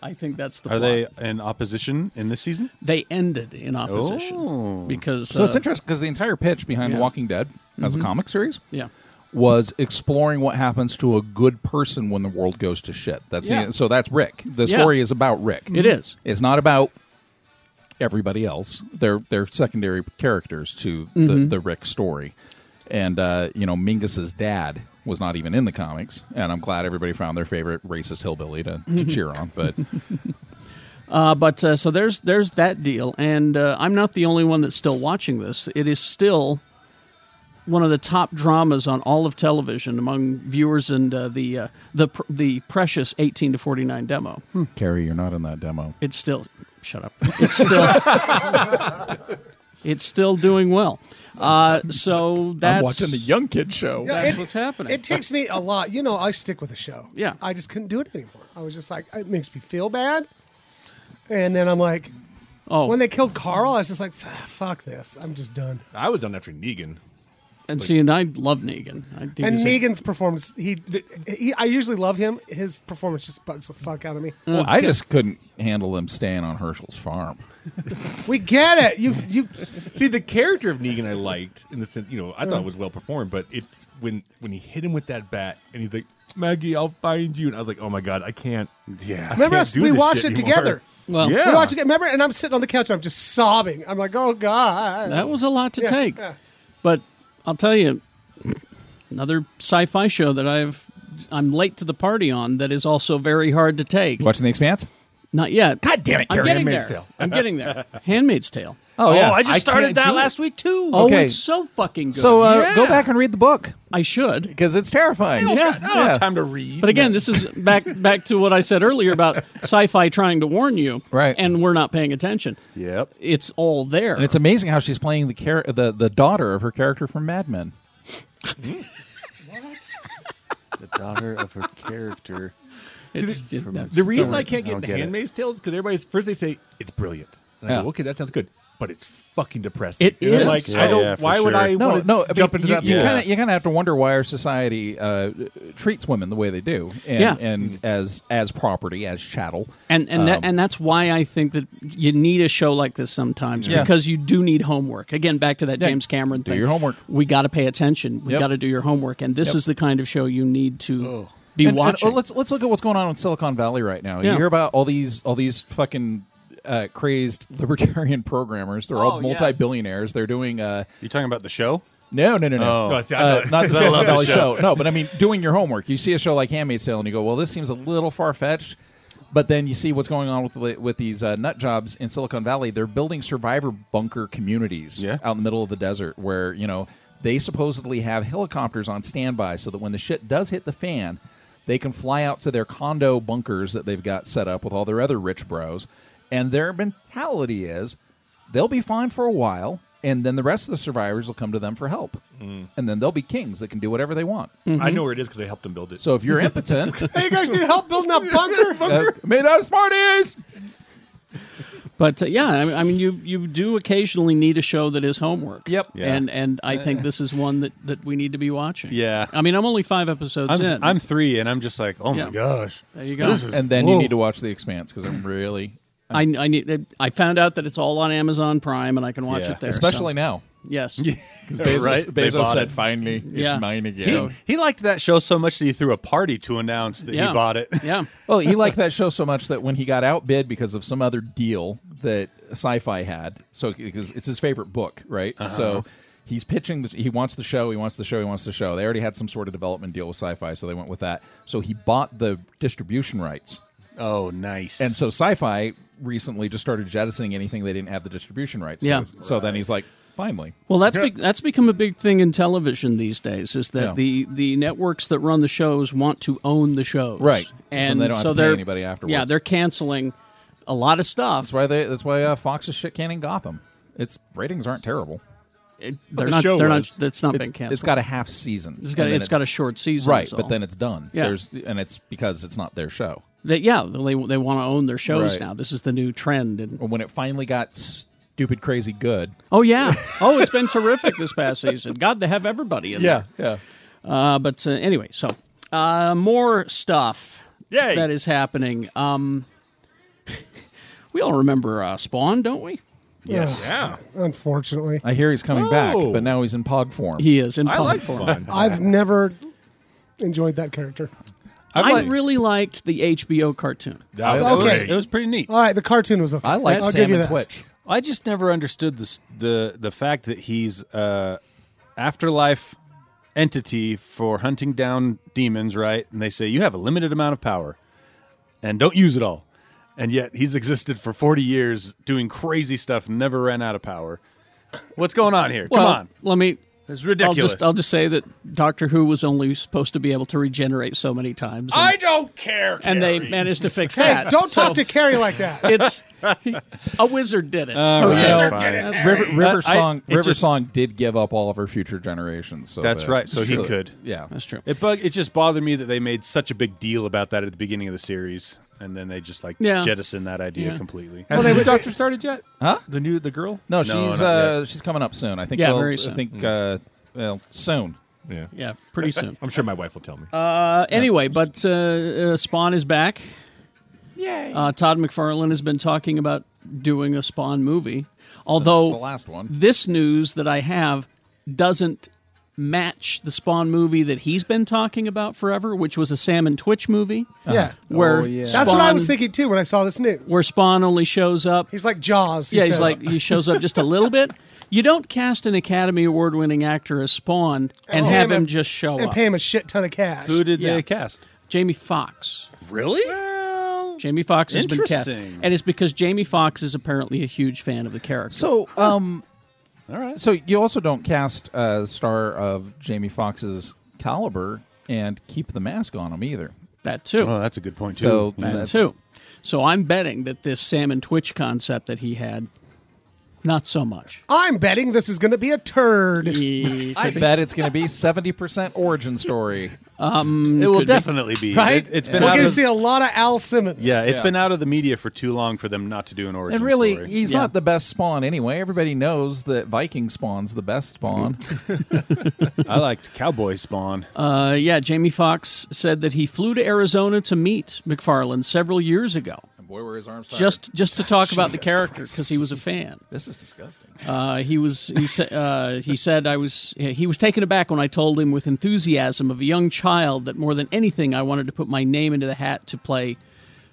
B: I think that's the.
F: Are
B: plot.
F: they in opposition in this season?
B: They ended in opposition because.
D: So it's
B: uh,
D: interesting because the entire pitch behind
B: yeah. Mm-hmm.
D: The Walking Dead as a comic series
B: Yeah.
D: was exploring what happens to a good person when the world goes to shit. That's
B: Yeah.
D: the, so that's Rick. The
B: Yeah.
D: story is about Rick.
B: It is.
D: It's not about everybody else. They're they're secondary characters to the,
B: Mm-hmm.
D: the Rick story. And uh, you know, Mingus's dad was not even in the comics, and I'm glad everybody found their favorite racist hillbilly to,
B: Mm-hmm.
D: to cheer on. But
B: Uh, but uh, so there's there's that deal, and uh, I'm not the only one that's still watching this. It is still one of the top dramas on all of television among viewers and uh, the uh, the pr- the precious 18 to 49 demo.
D: Carrie, you're not in that demo.
B: It's still shut up. It's still it's still doing well. Uh, so that's
D: I'm watching the young kid show.
G: Yeah,
B: That's what's happening.
G: It takes me a lot. You know, I stick with a show.
B: Yeah.
G: I just couldn't do it anymore. I was just like, it makes me feel bad. And then I'm like,
B: oh,
G: when they killed Carl, I was just like, "Ah, fuck this. I'm just done.
E: I was done after Negan.
B: and see, and I love Negan. I think
G: And
B: he's a-
G: Negan's performance, he, he, I usually love him. His performance just bugs the fuck out of me.
D: Well, I just couldn't handle them staying on Herschel's farm.
G: We get it. You, you,
E: See, the character of Negan I liked in the sense, you know, I thought it was well performed, but it's when when he hit him with that bat and he's like, Maggie, I'll find you. And I was like, oh my God, I can't. Yeah. I
G: remember
E: can't
G: us?
E: do
G: We
E: this
G: watched
E: shit
G: it
E: anymore.
G: together.
B: well,
E: Yeah.
G: We watched it. together. Remember? And I'm sitting on the couch. and I'm just sobbing. I'm like, oh god.
B: that was a lot to
G: Yeah,
B: take.
G: yeah.
B: But I'll tell you, another sci-fi show that I've I'm late to the party on that is also very hard to take.
D: Watching The Expanse?
B: Not yet.
D: God damn it,
B: I'm
D: Carrie.
B: getting
E: Handmaid's
B: there.
E: Tale.
B: I'm getting there. Handmaid's Tale.
D: Oh, yeah.
F: I just started that last week too.
B: Oh,
D: Okay.
B: it's so fucking good.
D: So uh, go back and read the book
B: I should.
D: because Oh, it's terrifying.
B: Yeah.
F: I don't have time to read.
B: But again, this is back back to what I said earlier about sci-fi trying to warn you,
D: Right.
B: And we're not paying attention.
F: Yep.
B: It's all there.
D: And it's amazing how she's playing the char- the the daughter of her character from Mad Men.
I: The daughter of her character.
B: It's- it-
I: from-
B: that's-
E: The reason
I: Don't
E: I
I: worry,
E: can't
I: I
E: get
I: don't
E: into
I: get it.
E: Handmaid's Tales because everybody's first they say it's brilliant, and I
D: Yeah.
E: go, okay, that sounds good, but it's fucking depressing.
B: It
E: And I'm
B: is.
E: Like
F: Yeah,
E: I don't.
F: yeah, for
E: why would
F: sure.
E: I?
D: No,
E: wanna
D: no, I mean,
E: jump into
D: you,
E: that.
D: You
E: pool?
D: kind of you kind of have to wonder why our society uh, treats women the way they do, and,
B: Yeah.
D: and as as property, as chattel.
B: and and
D: Um,
B: that, and that's why I think that you need a show like this sometimes
D: Yeah.
B: because you do need homework. Again, back to that
D: Yeah.
B: James Cameron
D: Do
B: thing.
D: your homework.
B: We got to pay attention. We
D: Yep.
B: got to do your homework, and this
D: Yep.
B: is the kind of show you need to be
D: And- and,
B: watching.
D: oh, let's let's look at what's going on in Silicon Valley right now.
B: Yeah.
D: You hear about all these all these fucking uh, crazed libertarian programmers. They're
B: Oh,
D: all
B: yeah.
D: multi billionaires. They're doing uh,
F: You talking about the show?
D: No, no, no, no.
E: Oh.
D: Uh,
E: No, see, I thought-
D: not
E: I
D: the Silicon
E: love
D: Valley
E: that
D: show.
E: show.
D: No, but I mean, doing your homework. You see a show like Handmaid's Tale, and you go, "Well, this seems a little far fetched." But then you see what's going on with the- with these uh, nut jobs in Silicon Valley. They're building survivor bunker communities
F: Yeah.
D: out in the middle of the desert, where you know they supposedly have helicopters on standby, so that when the shit does hit the fan, they can fly out to their condo bunkers that they've got set up with all their other rich bros. And their mentality is they'll be fine for a while, and then the rest of the survivors will come to them for help.
F: Mm.
D: And then they'll be kings that can do whatever they want.
B: Mm.
E: I know where it is because I helped him build it.
D: So if you're impotent,
G: Hey, you guys need help building that bunker?
D: uh, made out of Smarties.
B: But uh, yeah, I mean, I mean, you you do occasionally need a show that is homework.
D: Yep. Uh,
F: Yeah.
B: And and I think this is one that that we need to be watching.
F: Yeah.
B: I mean, I'm only five episodes
F: I'm
B: in.
F: I'm three, and I'm just like, oh
B: Uh, Yeah.
F: my god.
I: Gosh.
B: there you go.
D: And then you need to watch The Expanse because I'm really,
B: I I need. I found out that it's all on Amazon Prime, and I can watch
F: Yeah.
B: it there.
D: especially
B: so-
D: now,
B: yes.
D: because Bezos,
F: Right? They
D: Bezos
F: bought
D: said,
F: it.
D: "Finally,
B: Yeah.
D: it's mine
F: He,
D: again."
F: he liked that show so much that he threw a party to announce that
B: Yeah.
F: he bought it.
B: Yeah.
D: well, he liked that show so much that when he got outbid because of some other deal that sci-fi had, so because it's his favorite book, right? So he's pitching. The, he wants the show. He wants the show. He wants the show. They already had some sort of development deal with sci-fi, so they went with that. So he bought the distribution rights,
F: Oh, nice.
D: and so sci-fi recently just started jettisoning anything they didn't have the distribution rights. to.
B: Yeah.
D: So then he's like, finally,
B: Well, that's be- that's become a big thing in television these days. Is that
D: Yeah.
B: the the networks that run the shows want to own the shows,
D: Right. So
B: And
D: they don't have
B: so
D: to pay
B: they're-
D: anybody afterwards.
B: Yeah, they're canceling a lot of stuff.
D: that's why they. That's why uh, Fox is shit canning Gotham. Its ratings aren't terrible.
B: It- they're
E: the
B: not.
E: show
B: they're
E: was.
B: not. It's not
D: It's,
B: been canceled.
D: it's got a half season.
B: It's got.
D: and then
B: it's got a short season,
D: right,
B: so-
D: but then it's done.
B: Yeah.
D: There's and it's because it's not their show.
B: they, yeah, they they want to own their shows
D: Right.
B: now. This is the new trend. And
D: When it finally got stupid crazy good.
B: oh yeah, oh it's been terrific this past season. God, they have everybody in there.
D: yeah.
B: Uh, but uh, anyway, so uh, more stuff
E: Yay.
B: that is happening. Um, we all remember uh, Spawn, don't we?
G: Yes.
E: Yeah.
G: Unfortunately,
D: I hear he's coming back,
E: Oh.
D: but now he's in pog form.
B: He is in
E: I
B: pog
E: like
B: form.
E: Spawn.
G: I've never enjoyed that character.
B: I
E: like-
B: really liked the HBO cartoon.
E: That was
G: Okay.
E: great.
F: It was pretty neat.
G: All right, the cartoon was okay.
D: I like
G: I'll
D: Sam
G: give you
D: and
G: that.
D: Twitch.
F: I just never understood this, the the fact that he's uh, afterlife entity for hunting down demons, right? And they say you have a limited amount of power, and don't use it all. And yet he's existed for forty years doing crazy stuff, never ran out of power. What's going on here?
B: Well,
F: Come on,
B: let me.
F: it's ridiculous.
B: I'll just I'll just say that Doctor Who was only supposed to be able to regenerate so many times, and,
E: I don't care.
B: and they managed to fix
G: Hey,
B: that.
G: don't
B: So
G: talk to Carrie like that.
B: It's a wizard did it.
F: That's
D: Well,
F: fine. Uh,
D: River, River
F: I-
D: Song
F: it
D: River
F: just-
D: Song did give up all of her future generations. So
F: That's
D: that-
F: right, so he could.
D: Yeah.
B: That's true.
F: It bug. It just bothered me that they made such a big deal about that at the beginning of the series, and then they just like
B: Yeah.
F: jettison that idea
B: Yeah.
F: completely.
D: Has
E: Have
D: the
E: the doctor started yet?
D: Huh?
E: The new the girl?
D: No, she's
F: not Mm.
D: uh, she's coming up soon. I think.
B: Yeah,
D: they'll-
B: very soon.
D: I think. Uh, well, soon.
E: Yeah.
B: Yeah, pretty soon.
E: I'm sure my wife will tell me.
B: Uh, anyway, but uh, uh, Spawn is back. Yay! Uh, Todd McFarlane has been talking about doing a Spawn movie, although
D: Since the last one.
B: this news that I have doesn't match the Spawn movie that he's been talking about forever, which was a Sam and Twitch movie
G: Oh, yeah.
B: where
I: yeah.
B: Spawn,
G: That's what I was thinking too when I saw this news.
B: Where Spawn only shows up.
G: he's like Jaws. he
B: yeah, he's
G: said.
B: like he shows up just a little bit. You don't cast an Academy Award-winning actor as Spawn and
G: Oh.
B: have
G: And
B: him
G: a-
B: just show
G: and
B: up.
G: pay him a shit ton of cash.
F: Who did
B: Yeah.
F: they cast?
B: Jamie Foxx.
F: Really?
B: Jamie Foxx has been cast.
F: Interesting.
B: And it's because Jamie Foxx is apparently a huge fan of the character.
D: So, um, all right. So you also don't cast a star of Jamie Foxx's caliber and keep the mask on him either.
B: that too.
F: Oh, that's a good point too.
D: So
B: that
D: that's
B: too. So I'm betting that this salmon twitch concept that he had, not so much.
G: I'm betting this is going to be a turd.
B: He-
D: I bet it's going to be seventy percent origin story.
F: it will
B: could be.
F: definitely be.
G: Right?
F: It, has
G: We're
F: been out
G: going to
F: of,
G: see a lot of Al Simmons.
F: yeah, it's
D: Yeah.
F: been out of the media for too long for them not to do an origin
D: And really,
F: story.
D: he's
B: Yeah.
D: not the best spawn anyway. Everybody knows that Viking spawn's the best spawn.
B: e-
F: I liked Cowboy Spawn.
B: uh, yeah, Jamie Foxx said that he flew to Arizona to meet McFarlane several years ago,
D: and boy, were his arms tired.
B: just just to talk about the character because he was a fan.
D: this is disgusting.
B: Uh, he was he said uh, he said I was he was taken aback when I told him with enthusiasm of a young child that more than anything I wanted to put my name into the hat to play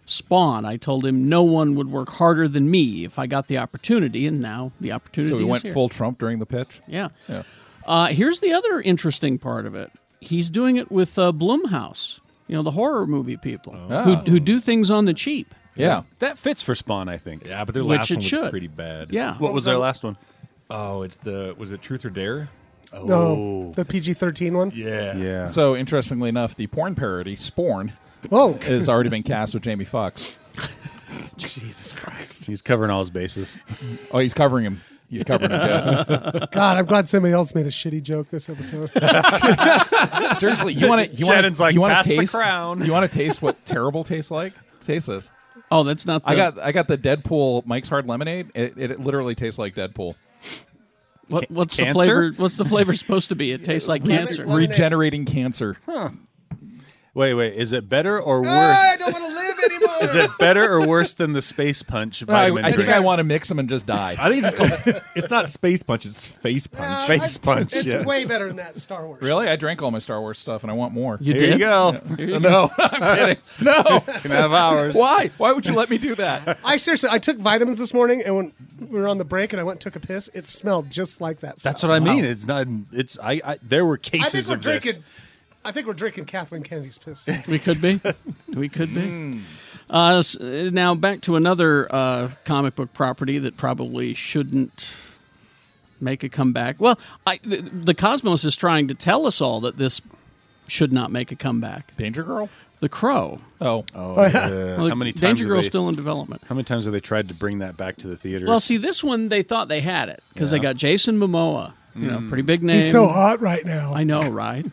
B: Spawn. I told him no one would work harder than me if I got the opportunity, and now the opportunity.
D: So we
B: is
D: went
B: here.
D: full Trump during the pitch.
B: Yeah.
D: Yeah.
B: Uh, here's the other interesting part of it. He's doing it with uh, Blumhouse, you know, the horror movie people
D: Oh.
B: who who do things on the cheap.
D: Yeah.
F: That fits for Spawn, I think.
E: yeah, but their
B: Which
E: last
B: it
E: one was
B: should.
E: pretty bad.
B: Yeah.
F: What, was their last one?
E: Oh, it's the was it Truth or Dare?
G: No, the PG 13 one.
E: Yeah.
F: Yeah.
D: So interestingly enough, the porn parody Sporn
G: Whoa.
D: has already been cast with Jamie Foxx.
F: He's covering all his bases.
D: Oh, he's covering him. He's covering him. Good.
G: God, I'm glad somebody else made a shitty joke this episode.
D: Seriously, you want to? You want
F: Shannon's
D: to?
F: like,
D: you want
F: "Pass
D: to
F: the
D: taste?
F: crown."
D: You want to taste what terrible tastes like? Taste this.
B: Oh, that's not. The,
D: I got I got the Deadpool Mike's Hard Lemonade. It, it literally tastes like Deadpool.
B: what, what's the
F: cancer?
B: flavor? What's the flavor supposed to be? It tastes like cancer.
G: Lemonade.
D: Regenerating cancer.
F: Wait, wait. Is it better or worse?
H: I don't want to live anymore.
F: is it better or worse than the space punch
D: I,
F: vitamin
D: I
F: drink?
D: think I want to mix them and just die.
E: I think it's just called, it's not space punch, it's face
G: Uh,
E: punch.
F: Face
G: I-
F: punch,
G: It's
F: yes.
G: way better than that Star Wars.
D: Really? I drank all my Star Wars stuff and I want more.
B: You
F: Here
B: did?
F: you go.
D: no, I'm kidding. No.
F: Can have ours.
D: Why? Why would you let me do that?
G: I seriously, I took vitamins this morning, and when we were on the break, and I went and took a piss, it smelled just like that.
F: That's
G: stuff.
F: what I mean. It's not. It's I. I there were
G: I
F: cases
G: think we're
F: of this.
G: drinking. I think we're drinking Kathleen Kennedy's piss.
B: We could be. We could be.
F: Hmm.
B: Uh, s- uh, now back to another uh, comic book property that probably shouldn't make a comeback. Well, I, the, the Cosmos is trying to tell us all that this should not make a comeback.
D: Danger Girl?
B: The Crow.
D: Oh.
B: Well,
F: how many times
B: Danger
F: have
B: Girl's
F: they-
B: still in development.
F: How many times have they tried to bring that back to the theater?
B: Well, see, this one they thought they had it because they got Jason Momoa, you know,
F: Hmm.
B: pretty big name.
G: He's so hot right now.
B: I know, right?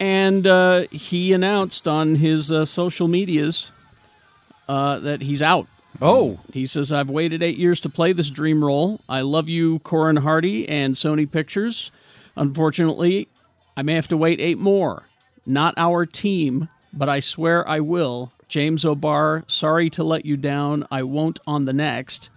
B: and uh, he announced on his uh, social medias uh, that he's out.
D: Oh.
B: He says, I've waited eight years to play this dream role. I love you, Corin Hardy and Sony Pictures. Unfortunately, I may have to wait eight more. Not our team, but I swear I will. James O'Barr, sorry to let you down. I won't on the next.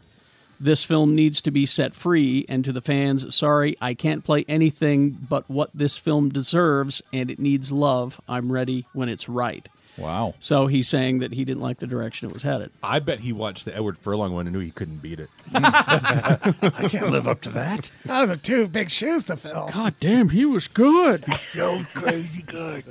B: This film needs to be set free, and to the fans, sorry, I can't play anything but what this film deserves, and it needs love. I'm ready when it's right.
D: Wow.
B: So he's saying that he didn't like the direction it was headed.
E: I bet he watched the Edward Furlong one and knew he couldn't beat it.
I: I can't live up to that.
G: Those are two big shoes to fill.
B: God Ah, damn, he was good.
I: So crazy good.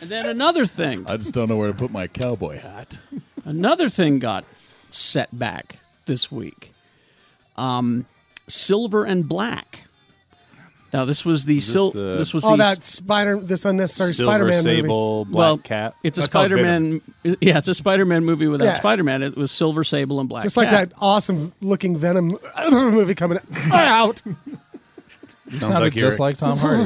B: and then another thing.
D: I just don't know where to put my cowboy hat.
B: Another thing got set back this week. Um, Silver and Black. Now this was the
F: this
B: sil-
F: the-
B: this was
G: Oh,
B: the
G: that Spider, this unnecessary
F: Silver
G: Spider-Man movie.
F: Sable, Black
B: well,
F: Cat.
B: It's a
E: That's called
B: Spider-Man. Yeah, it's a Spider-Man movie without
G: Yeah.
B: Spider-Man. It was Silver Sable and Black.
G: Just like
B: Cat.
G: that awesome looking Venom movie coming out.
D: Sounds
F: like
D: just
F: Eric.
D: like Tom Hardy.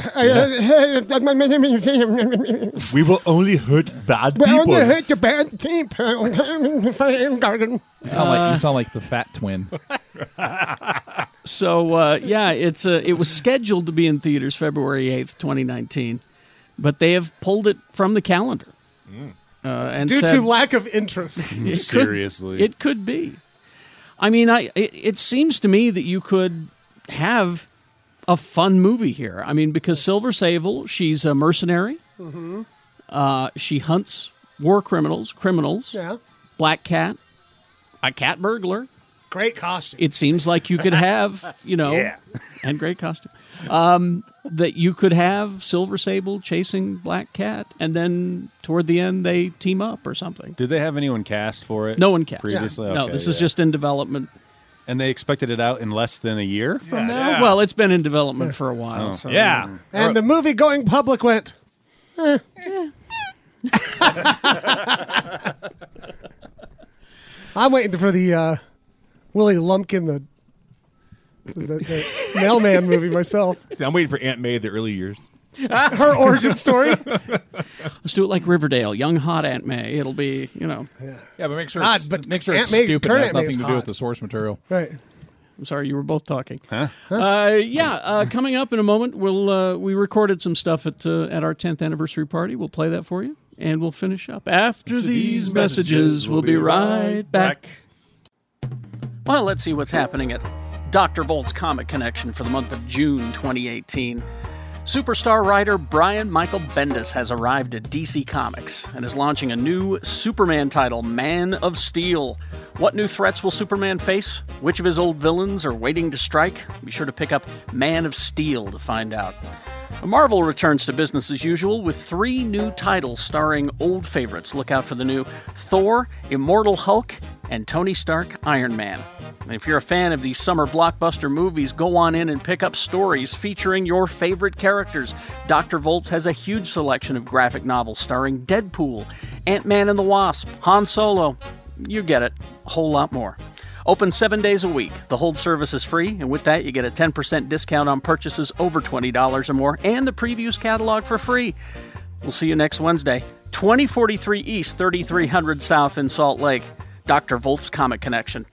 G: we
E: We will only hurt bad
G: only hurt the bad people. Garden.
D: You sound like you sound like the fat twin.
B: So uh, yeah, it's uh, it was scheduled to be in theaters February eighth, twenty nineteen, but they have pulled it from the calendar.
F: Mm.
B: Uh, and
G: Due
B: said,
G: to lack of interest.
B: it
F: Seriously.
B: could, it could be. I mean, I it, it seems to me that you could have a fun movie here. I mean, because Silver Sable, she's a mercenary.
G: Mm-hmm.
B: Uh, she hunts war criminals, criminals,
G: yeah.
B: black cat, a cat burglar.
G: Great costume.
B: It seems like you could have, you know, and great costume. Um, that you could have Silver Sable chasing Black Cat, and then toward the end they team up or something.
F: Did they have anyone cast for it?
B: No one cast.
F: previously.
B: no,
F: Okay,
B: this is
F: yeah.
B: just in development
F: and they expected it out in less than a year from now.
B: Well, it's been in development for a
F: Oh.
B: while. So.
F: Yeah,
G: and the movie going public went. Eh. I'm waiting for the uh, Willie Lumpkin, the, the, the mailman movie myself.
E: See, I'm waiting for Aunt May the early years.
G: Her origin story.
B: Let's do it like Riverdale, young hot Aunt May. It'll be, you know,
D: Yeah, but make sure
G: God,
D: it's,
G: but
D: make sure it's
G: Aunt May-
D: stupid.
G: current
D: It has
G: Aunt May
D: nothing
G: is
D: to do with
G: hot.
D: the source material.
G: Right.
B: I'm sorry, you were both talking. Uh, yeah, uh, coming up in a moment, we'll uh, we recorded some stuff at uh, at our 10th anniversary party. We'll play that for you, and we'll finish up after these messages. We'll be right back. Well, let's see what's happening at Dr. Volt's Comic Connection for the month of June 2018. Superstar writer Brian Michael Bendis has arrived at DC Comics and is launching a new Superman title, Man of Steel. What new threats will Superman face? Which of his old villains are waiting to strike? Be sure to pick up Man of Steel to find out. Marvel returns to business as usual with three new titles starring old favorites. Look out for the new Thor, Immortal Hulk, and Tony Stark Iron Man. And if you're a fan of these summer blockbuster movies, go on in and pick up stories featuring your favorite characters. Dr. Volts has a huge selection of graphic novels starring Deadpool, Ant Man and the Wasp, Han Solo. You get it, a whole lot more. Open seven days a week. The hold service is free, and with that, you get a 10% discount on purchases over $20 or more and the previews catalog for free. We'll see you next Wednesday, 2043 East, 3300 South in Salt Lake. Dr. Volt's Comic Connection.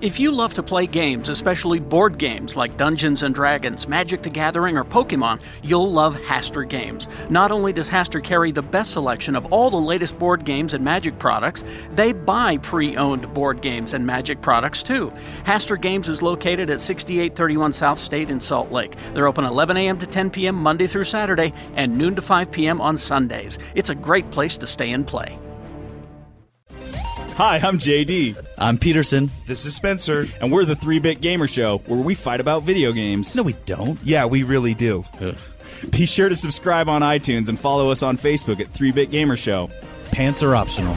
B: If you love to play games, especially board games like Dungeons and Dragons, Magic the Gathering, or Pokemon, you'll love Haster Games. Not only does Haster carry the best selection of all the latest board games and Magic products, they buy pre owned board games and Magic products too. Haster Games is located at 6831 South State in Salt Lake. They're open 11 a.m. to 10 p.m. Monday through Saturday and noon to 5 p.m. on Sundays. It's a great place to stay and play.
J: Hi, I'm JD.
K: I'm Peterson.
J: This is Spencer. And we're the 3 Bit Gamer Show, where we fight about video games.
K: No, we don't.
J: Yeah, we really do. Be sure to subscribe on iTunes and follow us on Facebook at 3 Bit Gamer Show.
K: Pants are optional.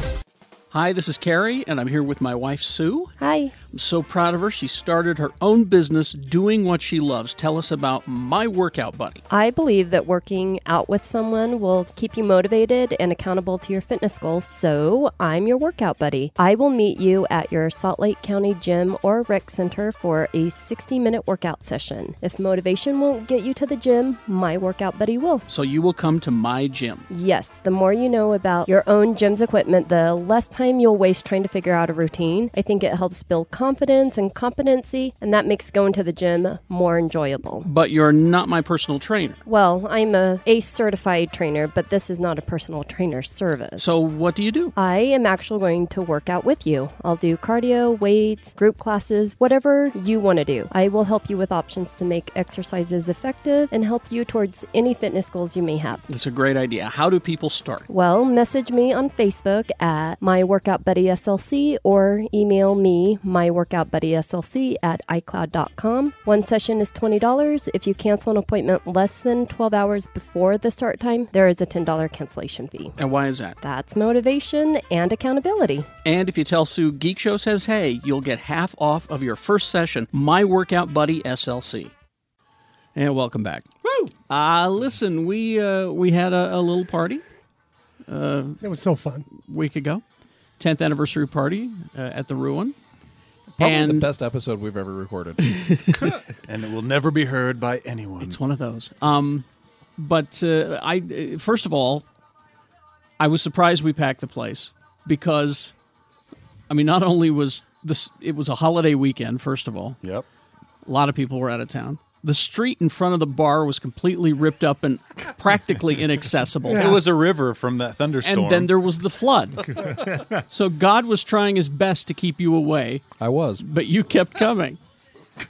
B: Hi, this is Carrie, and I'm here with my wife, Sue.
L: Hi.
B: I'm so proud of her. She started her own business doing what she loves. Tell us about My Workout Buddy.
L: I believe that working out with someone will keep you motivated and accountable to your fitness goals, so I'm your workout buddy. I will meet you at your Salt Lake County gym or rec center for a 60 minute workout session. If motivation won't get you to the gym, my workout buddy will.
B: So you will come to my gym.
L: Yes, the more you know about your own gym's equipment, the less time you'll waste trying to figure out a routine. I think it helps build confidence and competency, and that makes going to the gym more enjoyable.
B: But you're not my personal trainer.
L: Well, I'm a ACE certified trainer, but this is not a personal trainer service.
B: So what do you do?
L: I am actually going to work out with you. I'll do cardio, weights, group classes, whatever you want to do. I will help you with options to make exercises effective and help you towards any fitness goals you may have.
B: That's a great idea. How do people start?
L: Well, message me on Facebook at my workout buddy SLC or email me my workout buddy SLC at iCloud.com. One session is $20. If you cancel an appointment less than 12 hours before the start time, there is a $10 cancellation fee.
B: And why is that?
L: That's motivation and accountability.
B: And if you tell Sue Geek Show says hey, you'll get half off of your first session, My Workout Buddy SLC. And welcome back. Woo! Uh, listen, we uh, we had a, a little party. Uh,
G: it was so fun.
B: Week ago, tenth anniversary party uh, at the Ruin.
D: Probably
B: and
D: the best episode we've ever recorded.
F: and it will never be heard by anyone.
B: It's one of those. Um, but uh, I uh, first of all, I was surprised we packed the place because, I mean, not only was this it was a holiday weekend. First of all,
F: yep,
B: a lot of people were out of town. The street in front of the bar was completely ripped up and practically inaccessible.
F: It was a river from that thunderstorm.
B: and then there was the flood. so God was trying his best to keep you away.
D: I was,
B: but you kept coming.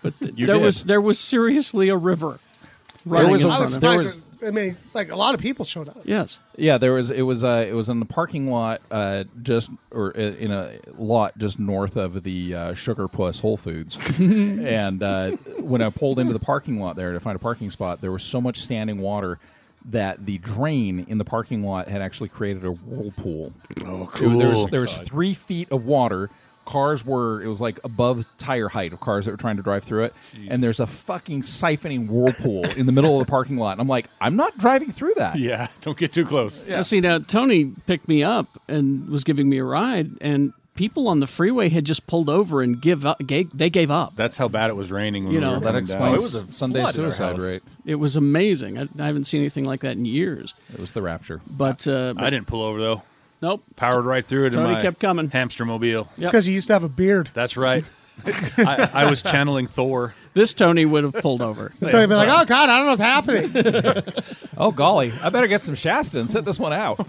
B: But th-
D: You
B: there
D: did.
B: was there was seriously a river.
G: I
B: Running
G: was
B: in front of
G: surprised. that- I mean, like a lot of people showed up.
B: Yes.
D: Yeah, there was. It was. Uh, it was in the parking lot, uh, just or uh, in a lot just north of the uh, Sugar Puss Whole Foods. and uh, when I pulled into the parking lot there to find a parking spot, there was so much standing water that the drain in the parking lot had actually created a whirlpool. Oh,
F: cool.
D: There was there was
F: God.
D: three feet of water. Cars were it was like above tire height of cars that were trying to drive through it, and there's a fucking siphoning whirlpool in the middle of the parking lot. And I'm like, I'm not driving through that.
F: Yeah, don't get too close.
B: Now, see, now Tony picked me up and was giving me a ride, and people on the freeway had just pulled over and give up. Gave, they gave up.
F: That's how bad it was raining. When
B: You
F: we
B: know
F: were
D: That
F: coming down.
D: explains Sunday suicide rate.
B: It was amazing. I, I haven't seen anything like that in years.
D: It was the rapture.
B: But, uh, but
F: I didn't pull over though.
B: Nope.
F: Powered right through it.
B: Tony
F: in my
B: kept coming.
F: Hamster mobile.
G: It's because you used to have a beard.
F: That's right. I, I was channeling Thor.
B: This Tony would have pulled over.
G: So you'd be like, "Oh God, I don't know what's happening."
D: Oh golly, I better get some Shasta and sit this one out.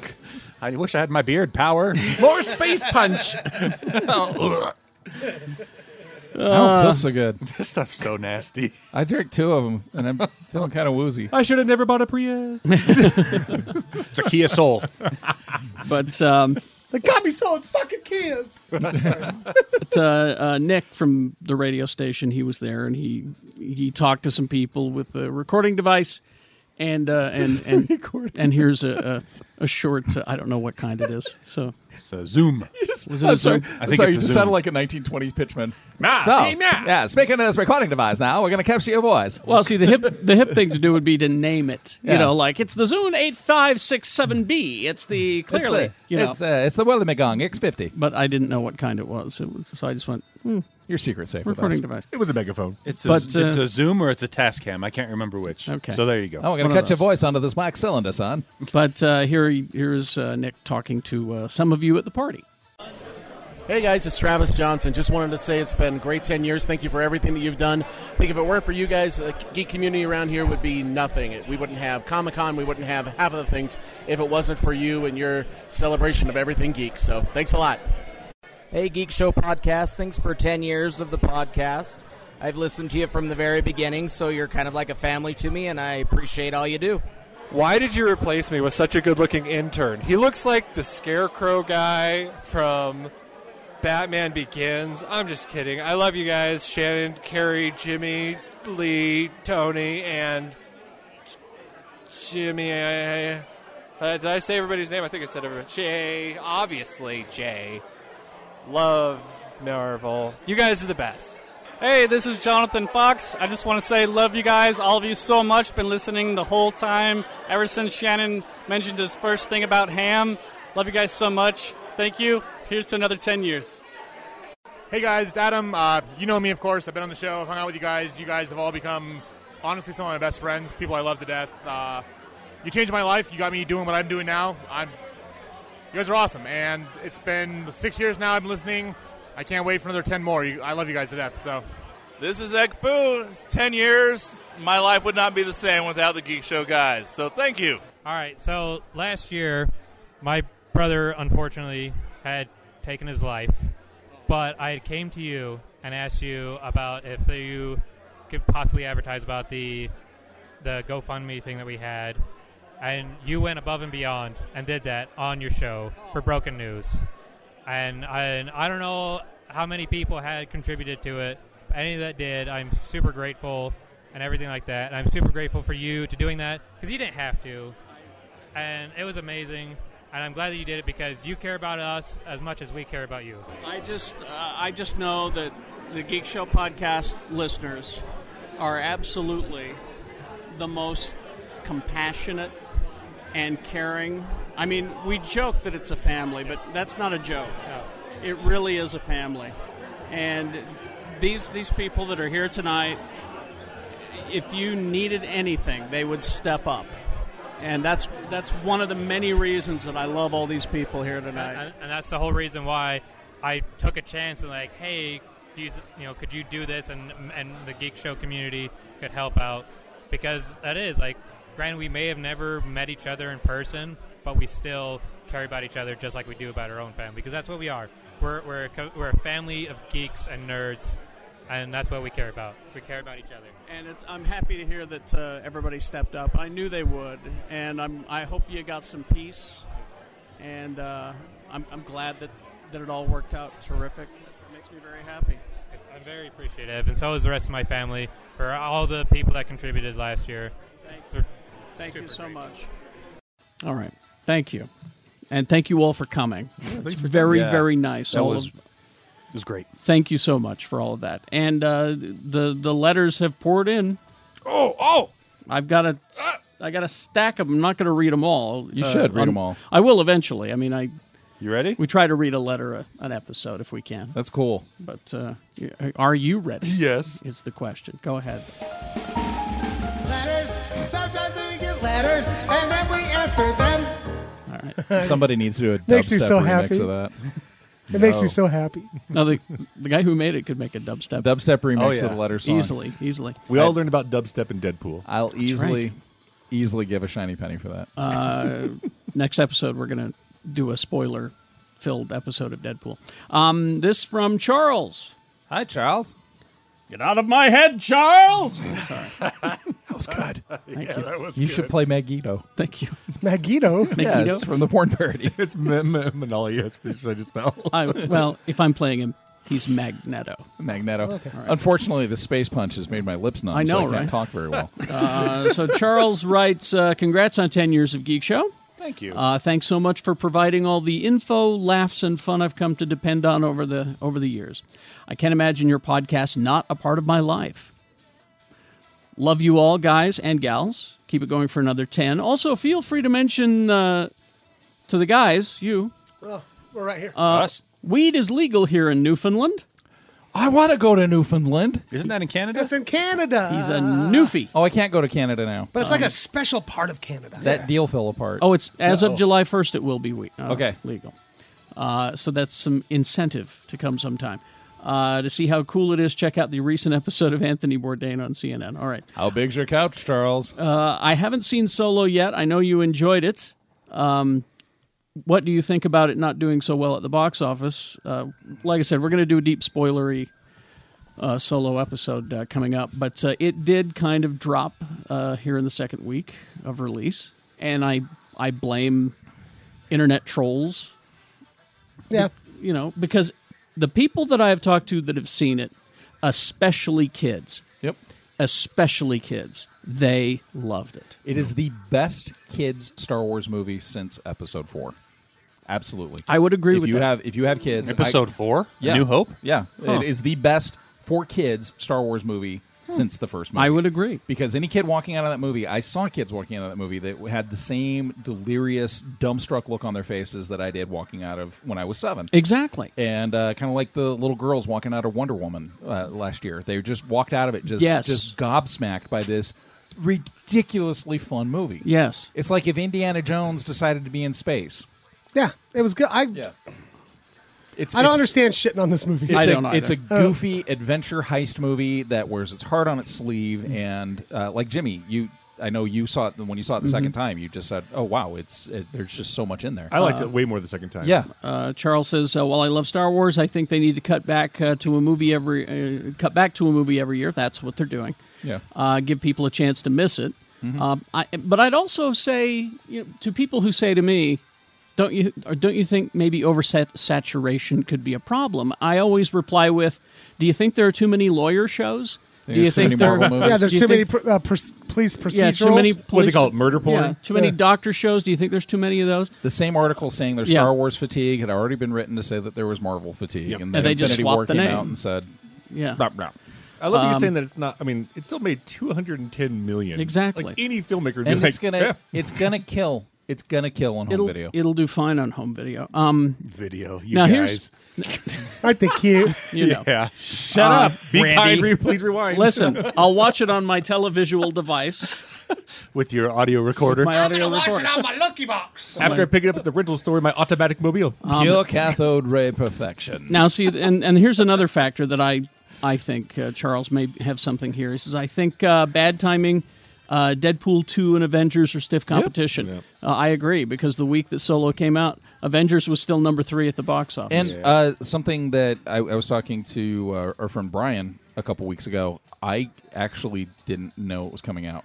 F: I wish I had my beard power.
D: More space punch. I don't feel so good.
F: This stuff's so nasty.
D: I drank two of them and I'm feeling kind of woozy.
E: I should have never bought a Prius.
F: It's a Kia Soul.
B: But um,
G: they got me selling fucking Kias.
B: but, uh, uh, Nick from the radio station, he was there, and he he talked to some people with the recording device, and uh, and and and here's a a, a short. Uh, I don't know what kind it is. So
F: It's a Zoom.
B: Was it a
D: I'm sorry.
B: Zoom?
F: I
D: sorry,
F: think it's
D: you
F: a
D: just
F: Zoom.
D: sounded like a 1920s pitchman.
F: Nah,
D: so,
F: see, nah.
D: yeah, speaking of this recording device now, we're going to capture your voice.
B: well, see the hip the hip thing to do would be to name it. You
D: Yeah.
B: know, like it's the Zune eight five six seven B. It's the
D: It's
B: clearly.
D: the,
B: you know,
D: it's, uh, it's the Worley Megong X50.
B: but I didn't know what kind it was. It was so I just went hmm,
D: Your secret safe with
B: recording
D: us.
B: device.
E: It was a megaphone.
F: It's a,
B: But, uh,
F: it's a Zoom or it's a Tascam. I can't remember which.
B: Okay.
F: So there you go.
D: Oh, we're
B: One
D: going
B: of
D: to cut your
B: those.
D: voice onto this wax cylinder, son.
B: But uh, here here is uh, Nick talking to uh, some of you at the party.
M: Hey guys, it's Travis Johnson. Just wanted to say it's been a great 10 years. Thank you for everything that you've done. I think if it weren't for you guys, the geek community around here would be nothing. We wouldn't have Comic Con, we wouldn't have half of the things if it wasn't for you and your celebration of everything geek. So thanks a lot.
N: Hey, Geek Show Podcast. Thanks for 10 years of the podcast. I've listened to you from the very beginning, so you're kind of like a family to me, and I appreciate all you do.
O: Why did you replace me with such a good looking intern? He looks like the scarecrow guy from Batman Begins. I'm just kidding. I love you guys Shannon, Carrie, Jimmy, Lee, Tony, and J- Jimmy. I, uh, did I say everybody's name? I think I said everybody. Jay. Obviously, Jay. Love Marvel. You guys are the best.
P: Hey, this is Jonathan Fox. I just want to say love you guys, all of you so much. Been listening the whole time ever since Shannon mentioned his first thing about ham. Love you guys so much. Thank you. Here's to another 10 years.
Q: Hey guys, it's Adam. Uh, you know me, of course. I've been on the show, I've hung out with you guys. You guys have all become, honestly, some of my best friends, people I love to death. Uh, you changed my life. You got me doing what I'm doing now. I'm, you guys are awesome. And it's been six years now I've been listening. I can't wait for another 10 more. You, I love you guys to death. So
R: This is Ekfu. It's 10 years. My life would not be the same without the Geek Show guys. So thank you.
S: All right. So last year, my brother unfortunately had taken his life, but I came to you and asked you about if you could possibly advertise about the the GoFundMe thing that we had, and you went above and beyond and did that on your show for Broken News, and I, and I don't know how many people had contributed to it. but Any that did, I'm super grateful and everything like that. And I'm super grateful for you to doing that because you didn't have to and it was amazing. And I'm glad that you did it because you care about us as much as we care about you.
B: I just uh, I just know that the Geek Show podcast listeners are absolutely the most compassionate and caring. I mean, we joke that it's a family, but that's not a joke. It really is a family. And these these people that are here tonight, if you needed anything, they would step up. And that's that's one of the many reasons that I love all these people here tonight.
S: And, and that's the whole reason why I took a chance and like, hey, do you, th- you know, could you do this? And and the geek show community could help out because that is like, granted, we may have never met each other in person, but we still care about each other just like we do about our own family because that's what we are. We're we're a, co- we're a family of geeks and nerds, and that's what we care about. We care about each other.
B: And it's I'm happy to hear that uh, everybody stepped up. I knew they would, and I'm I hope you got some peace, and uh, I'm I'm glad that that it all worked out terrific. It makes me very happy.
S: I'm very appreciative. appreciative, and so is the rest of my family for all the people that contributed last year. Thank,
B: Thank you so much.
S: All right.
B: Thank you, and thank you all for coming. it's
S: for coming.
B: very
S: Yeah.
B: very nice.
S: That
B: all
S: was-
B: of-
F: It was great.
B: Thank you so much for all of that. And uh, the the letters have poured in.
E: Oh, oh!
B: I've got a
S: Ah!
B: I got a stack of them. I'm not going to read them all. Uh,
D: You should read
B: I'm-
D: 'em all.
B: I will eventually. I mean, I.
F: You ready?
B: We try to read a letter a, an episode if we can.
D: That's cool.
B: But uh, y- are you ready?
E: Yes.
B: Is the question. Go ahead.
I: Letters. Sometimes we get letters, and then we answer them.
B: All
D: right. Somebody needs to do a
G: Makes me
D: dubstep
G: so
D: remix
G: happy.
D: of that.
G: It makes me so happy.
B: No, the, the guy who made it could make a dubstep
D: Dubstep remix
B: Oh,
D: of
B: yeah.
D: the letter song.
B: Easily, easily.
E: We all learned about dubstep and Deadpool.
D: I'll easily,
B: right.
D: easily give a shiny penny for that.
B: Uh, next episode, we're going to do a spoiler filled episode of Deadpool. Um, this from Charles.
D: Hi, Charles.
B: Get out of my head, Charles! Sorry.
D: that was good.
B: Thank you.
D: you should play Magneto.
B: Thank you.
G: Magneto.
D: Yeah, it's from the porn parody.
E: it's M- M- Manali. Yes, please, should I just spell?
B: I, well, if I'm playing him, he's Magneto.
D: Magneto.
B: Okay. All right.
D: Unfortunately, the space punch has made my lips numb,
B: I
D: so I
B: know,
D: can't
B: right?
D: talk very well.
B: Uh, so Charles writes, uh, "Congrats on ten years of Geek Show."
F: Thank you.
B: Uh, thanks so much for providing all the info, laughs, and fun I've come to depend on over the over the years. I can't imagine your podcast not a part of my life. Love you all, guys and gals. Keep it going for another ten. Also, feel free to mention uh, to the guys, you,
G: Oh, we're right here.
B: uh, weed is legal here in Newfoundland.
D: I want to go to Newfoundland.
F: Isn't that in Canada?
G: That's in Canada.
B: He's a um, newfie.
D: Oh, I can't go to Canada now.
G: But it's like a special part of Canada.
D: that deal fell apart.
B: Oh, it's as
D: Oh.
B: of July 1st, it will be we- uh,
D: Okay.
B: legal. Uh, so that's some incentive to come sometime. Uh, to see how cool it is, check out the recent episode of Anthony Bourdain on CNN. All right.
D: How big's your couch, Charles?
B: Uh, I haven't seen Solo yet. I know you enjoyed it. Um, what do you think about it not doing so well at the box office? Uh, like I said, we're going to do a deep spoilery uh, solo episode uh, coming up, but uh, it did kind of drop uh, here in the second week of release, and I I blame internet trolls.
G: Yeah.
B: you know because the people that I have talked to that have seen it, especially kids.
D: Yep,
B: especially kids. They loved it.
D: It is the best kids Star Wars movie since Episode Four. Absolutely,
B: I would agree
D: if
B: with
D: you
B: that.
D: Have, if you have kids,
F: Episode
D: I-
F: four? A
D: yeah.
F: New Hope?
D: Yeah,
F: Huh.
D: it is the best for kids Star Wars movie since the first movie.
B: I would agree
D: because any kid walking out of that movie, I saw kids walking out of that movie that had the same delirious, dumbstruck look on their faces that I did walking out of when I was seven.
B: Exactly.
D: and uh, kind of like the little girls walking out of Wonder Woman uh, last year. They just walked out of it just
B: Yes.
D: just gobsmacked by this ridiculously fun movie.
B: Yes.
D: It's like if Indiana Jones decided to be in space.
G: Yeah, it was good. I
D: It's,
G: I don't
D: it's-
G: understand shitting on this movie.
D: It's a- it's a
B: Oh.
D: goofy adventure heist movie that wears its heart on its sleeve, and uh, like Jimmy, you. I know you saw it when you saw it the
B: Mhm.
D: second time. You just said, "Oh wow, it's it, there's just so much in there."
E: I
S: Uh,
E: liked it way more the second time.
D: Yeah,
B: Uh, Charles says, uh, "While I love Star Wars, I think they need to cut back uh, to a movie every uh, cut back to a movie every year. That's what they're doing.
D: Yeah.
B: uh, give people a chance to miss it.
G: Mm-hmm.
D: Mhm.
B: Um, I, but I'd also say you know, to people who say to me, "Don't you or don't you think maybe oversat saturation could be a problem?" I always reply with, "Do you think there are too many lawyer shows? Do
G: There's
B: you
G: too many
B: there-
G: Marvel movies. Yeah, there's
B: do you
G: too many
B: think-
G: pr- uh, pers- police
B: Yeah, too
G: procedurals.
B: many
G: What do they
B: police-
G: call it, murder porn?
B: Yeah, too many
G: Yeah.
B: doctor shows. Do you think there's too many of those?
D: The same article saying there's
B: Yeah.
D: Star Wars fatigue had already been written to say that there was Marvel fatigue, and then
B: And they just
D: Infinity
B: swapped
D: War
B: the
D: came
B: name.
D: out and said,
B: Yeah.
D: "Blah, blah."
E: I love that you're
D: Um,
E: saying that it's not. I mean, it still made 210 million.
B: Exactly.
E: Like any filmmaker, would be
D: and
E: like,
D: it's gonna
E: "Yeah,
D: it's gonna kill it's gonna kill on home
B: it'll,
D: video.
B: It'll do fine on home video. Um,
E: video.
D: you
B: now
D: guys.
B: here's
G: aren't they cute?
B: you know.
E: Yeah.
D: Shut
F: Uh,
D: up,
E: Be Randy. kind, re- please rewind.
B: Listen, I'll watch it on my televisual device.
E: with your audio recorder.
B: My audio recorder.
I: my lucky box.
E: After I pick it up at the rental store, my automatic mobile. Uh,
B: Um, Pure
D: cathode ray perfection.
B: Now, see, and and here's another factor that I I think uh, Charles may have something here. He says I think uh, bad timing. Uh, Deadpool 2 and Avengers are stiff competition. Uh, I agree because the week that Solo came out, Avengers was still number three at the box office.
D: And uh, something that I, I was talking to uh, our friend Brian a couple weeks ago, I actually didn't know it was coming out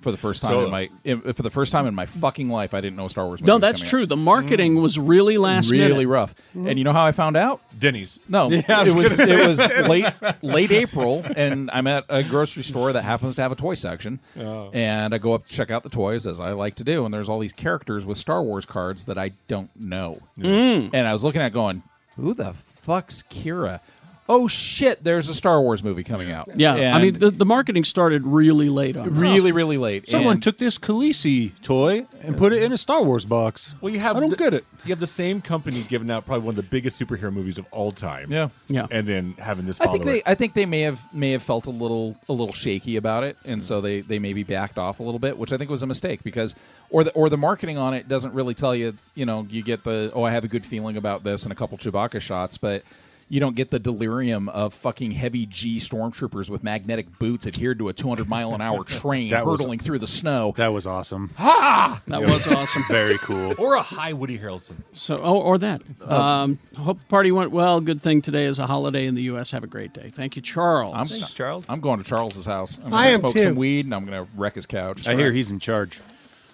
D: for the first time
B: Solo.
D: in my in, for the first time in my fucking life. I didn't know a Star Wars. Movie
B: no,
D: was
B: that's
D: coming
B: true. The marketing was really
D: Out.
B: last
D: Really
B: minute. Mm-hmm.
D: rough. And you know how I found out?
E: Denny's.
D: No,
E: Yeah, I was
D: it was
E: gonna say
D: it was
E: Denny's.
D: late late April, and I'm at a grocery store that happens to have a toy section,
E: Oh.
D: and I go up to check out the toys as I like to do, and there's all these characters with Star Wars cards that I don't know,
B: Mm.
D: and I was looking at it going, who the fuck's Kira? Oh shit! There's a Star Wars movie coming out.
B: Yeah, I
D: And
B: mean the, the marketing started really late on. this.
D: really, really late.
F: Someone
D: and-
F: took this Khaleesi toy and put it in a Star Wars box.
E: Well, you have.
F: I don't
E: the-
F: get it.
E: You have the same company giving out probably one of the biggest superhero movies of all time.
D: Yeah.
B: Yeah.
E: And then having this.
D: I
E: Follow
D: think
E: it.
D: they I think they may have may have felt a little a little shaky about it, and so they they maybe backed off a little bit, which I think was a mistake because or the or the marketing on it doesn't really tell you you know you get the oh I have a good feeling about this and a couple Chewbacca shots, but. You don't get the delirium of fucking heavy G stormtroopers with magnetic boots adhered to a 200 mile an hour train
F: That was-
D: hurtling through the snow.
F: That was awesome.
D: Ha!
B: That was awesome.
F: Very cool.
E: or a high Woody Harrelson.
B: So, oh, or that. Um, hope the party went well. Good thing today is a holiday in the U.S. Have a great day. Thank you, Charles.
D: I'm, I'm going to Charles's house. I'm
B: I
D: gonna
B: am
D: smoke
B: too.
D: some weed and I'm going to wreck his couch.
F: I hear he's in charge.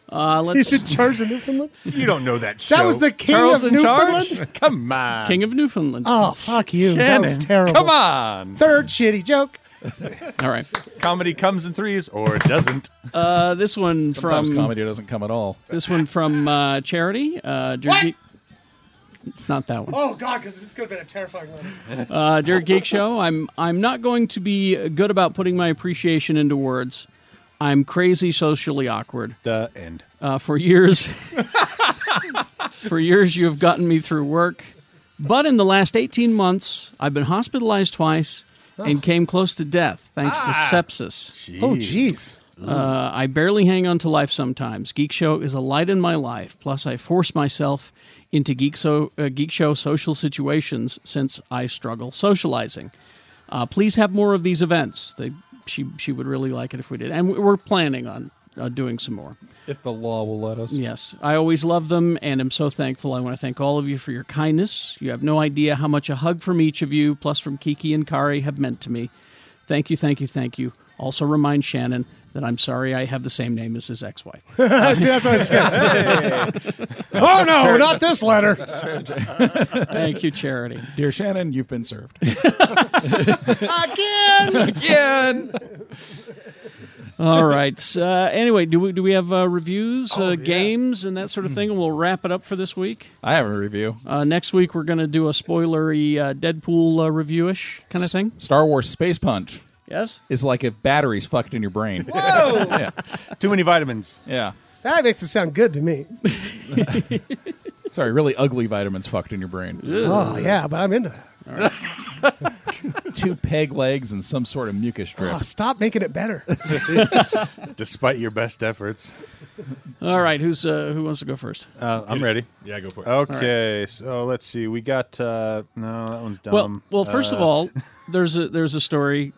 B: Uh, let's.
G: He's in charge of Newfoundland.
E: You don't know that
G: That was the king
F: Charles
G: of
F: in
G: Newfoundland.
F: charge? Come on.
B: King of Newfoundland.
G: Oh fuck you! That was
F: Shannon,
G: terrible.
F: Come on.
G: Third shitty joke.
B: All right.
F: Comedy comes in threes or it doesn't.
B: Uh, this one
D: Sometimes
B: from
D: comedy doesn't come at all.
B: This one from uh, Charity. Uh, Dear
G: What?
B: Geek- It's not that one.
G: Oh god, because this could have been a terrifying one.
B: Uh, Dear Geek Show, I'm I'm not going to be good about putting my appreciation into words. I'm crazy, socially awkward.
F: The end.
B: Uh, for years, for years, you have gotten me through work, but in the last 18 months, I've been hospitalized twice and came close to death thanks to sepsis.
G: Oh jeez.
B: Uh, I barely hang on to life sometimes. Geek Show is a light in my life. Plus, I force myself into Geek, so- uh, geek Show social situations since I struggle socializing. Uh, please have more of these events. They, she, she would really like it if we did. And we- we're planning on uh, doing some more.
D: If the law will let us.
B: Yes, I always love them and am so thankful. I want to thank all of you for your kindness. You have no idea how much a hug from each of you, plus from Kiki and Kari, have meant to me. Thank you, thank you, thank you. Also, remind Shannon that I'm sorry I have the same name as his ex wife.
G: See, that's what I said. oh no,
B: Charity.
G: not this letter.
B: Thank you, Charity.
D: Dear Shannon, you've been served.
G: Again.
D: Again.
B: All right. Uh, anyway, do we do we have uh, reviews, uh, games, and that sort of thing? And we'll wrap it up for this week.
D: I have a review.
B: Uh, next week we're going to do a spoilery uh, Deadpool uh, reviewish kind of thing.
D: Star Wars Space Punch.
B: Yes?
D: Is like if batteries fucked in your brain.
G: Whoa!
F: Too many vitamins.
D: Yeah.
G: That makes it sound good to me.
D: Sorry, really ugly vitamins fucked in your brain.
G: Oh yeah, but I'm into that.
D: two peg legs and some sort of mucus drip.
F: Ah,
G: Oh, stop making it better.
F: Despite your best efforts.
B: All right, who's uh, who wants to go first?
F: Uh, I'm ready.
E: Yeah, go for it.
F: Okay, so let's see. We got uh, no, that one's dumb.
B: Well, well, first of
F: Uh,
B: all, there's a there's a story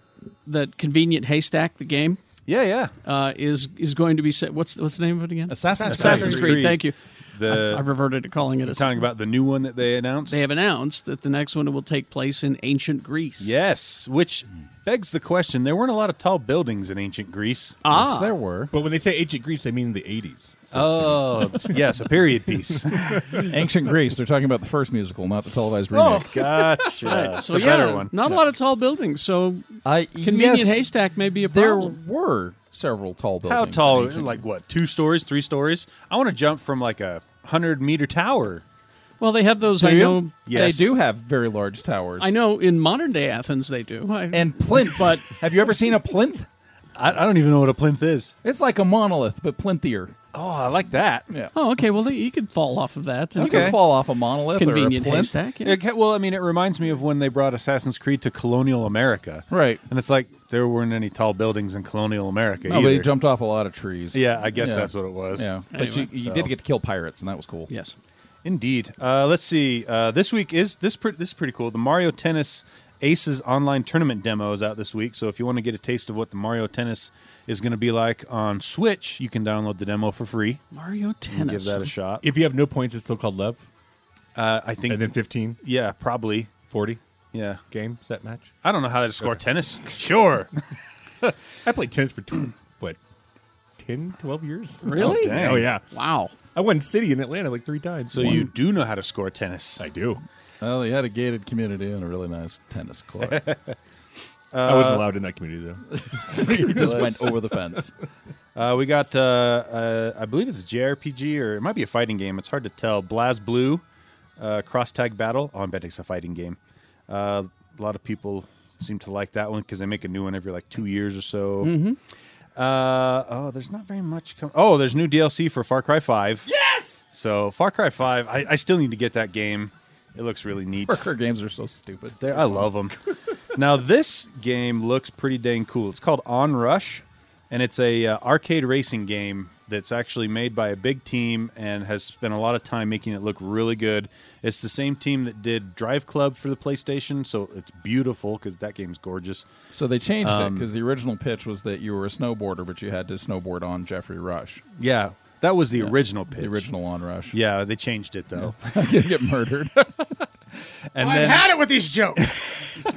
B: that convenient haystack the game.
F: Yeah, yeah,
B: uh, is is going to be set. What's what's the name of it again?
F: Assassin's Creed. Uh,
B: Creed. Thank you.
F: The-
B: I, I've reverted to calling it.
F: we're
B: a-
F: talking about the new one that they announced.
B: They have announced that the next one will take place in ancient Greece.
F: Yes, which begs the question: there weren't a lot of tall buildings in ancient Greece.
B: Ah. Yes, there
D: were.
E: But when they say ancient Greece, they mean the 80s.
F: oh, yes, a period piece.
D: Ancient Greece. They're talking about the first musical, not the televised
B: Oh.
D: remake.
F: Gotcha.
B: Right, so yeah, not a lot of tall buildings. So
D: I
B: convenient
D: Uh, yes,
B: haystack may be a
D: there
B: problem.
D: were several tall buildings.
F: How tall?
D: in ancient
F: Like what? Two stories? Three stories? I want to jump from like a hundred meter tower.
B: Well, they have those.
D: Do
B: I
D: you?
B: know.
F: Yes.
D: They do have very large towers.
B: I know in modern day Athens they do. I,
D: and plinth. But have you ever seen a plinth?
F: I, I don't even know what a plinth is.
D: It's like a monolith, but plinthier.
F: Oh, I like that.
D: Yeah.
B: oh, okay. Well, they, you could fall off of that.
D: You can fall off a monolith
B: Convenient
D: or a plinth.
B: haystack. Yeah.
F: Okay, well, I mean, it reminds me of when they brought Assassin's Creed to colonial America.
D: Right.
F: And it's like there weren't any tall buildings in colonial America
D: No, but he
F: either.
D: jumped off a lot of trees.
F: Yeah, I guess that's what it was.
D: Yeah, but
F: Anyway,
D: you, you
F: so.
D: did get to kill pirates, and that was cool.
B: Yes.
F: Indeed. Uh, let's see. Uh, this week is this pre- this is pretty cool. The Mario Tennis Aces online tournament demo is out this week. So if you want to get a taste of what the Mario Tennis is going to be like on Switch, you can download the demo for free.
B: Mario
F: You can
B: tennis.
F: Give that a shot.
E: If you have no points, it's still called love.
F: Uh, I think.
E: And then 15,
F: Yeah, probably.
E: 40
F: Yeah.
E: game set match.
F: I don't know how to score tennis. Sure.
E: I played tennis for two, what, 10, 12 years?
B: Really?
E: Oh, dang. Oh, yeah.
B: Wow.
E: I won city in Atlanta like three times.
F: So you do know how to score tennis.
E: I do.
D: Well, they had a gated community and a really nice tennis court.
E: I wasn't allowed in that community, though.
D: you just
F: Let's-
D: went over the fence.
F: Uh, we got, uh, uh, I believe it's a JRPG or it might be a fighting game. It's hard to tell. Blaz Blue, uh, Cross Tag Battle. Oh, I bet it's a fighting game. Uh, a lot of people seem to like that one because they make a new one every like two years or so.
B: Mhm.
F: Uh, oh, there's not very much. Com- oh, there's new DLC for Far Cry 5.
D: Yes!
F: So Far Cry 5, I, I still need to get that game. It looks really neat.
D: Parker games are so stupid.
F: They- I love them. now this game looks pretty dang cool. It's called On Rush, and it's a uh, arcade racing game that's actually made by a big team and has spent a lot of time making it look really good. It's the same team that did Drive Club for the PlayStation, so it's beautiful because that game's gorgeous.
D: So they changed it
F: Um,
D: because the original pitch was that you were a snowboarder, but you had to snowboard on Jeffrey Rush.
F: Yeah, that was the original pitch.
D: The original on Rush.
F: Yeah, they changed it though.
D: I'm gonna get murdered.
F: and
G: I've
F: then,
G: had it with these jokes.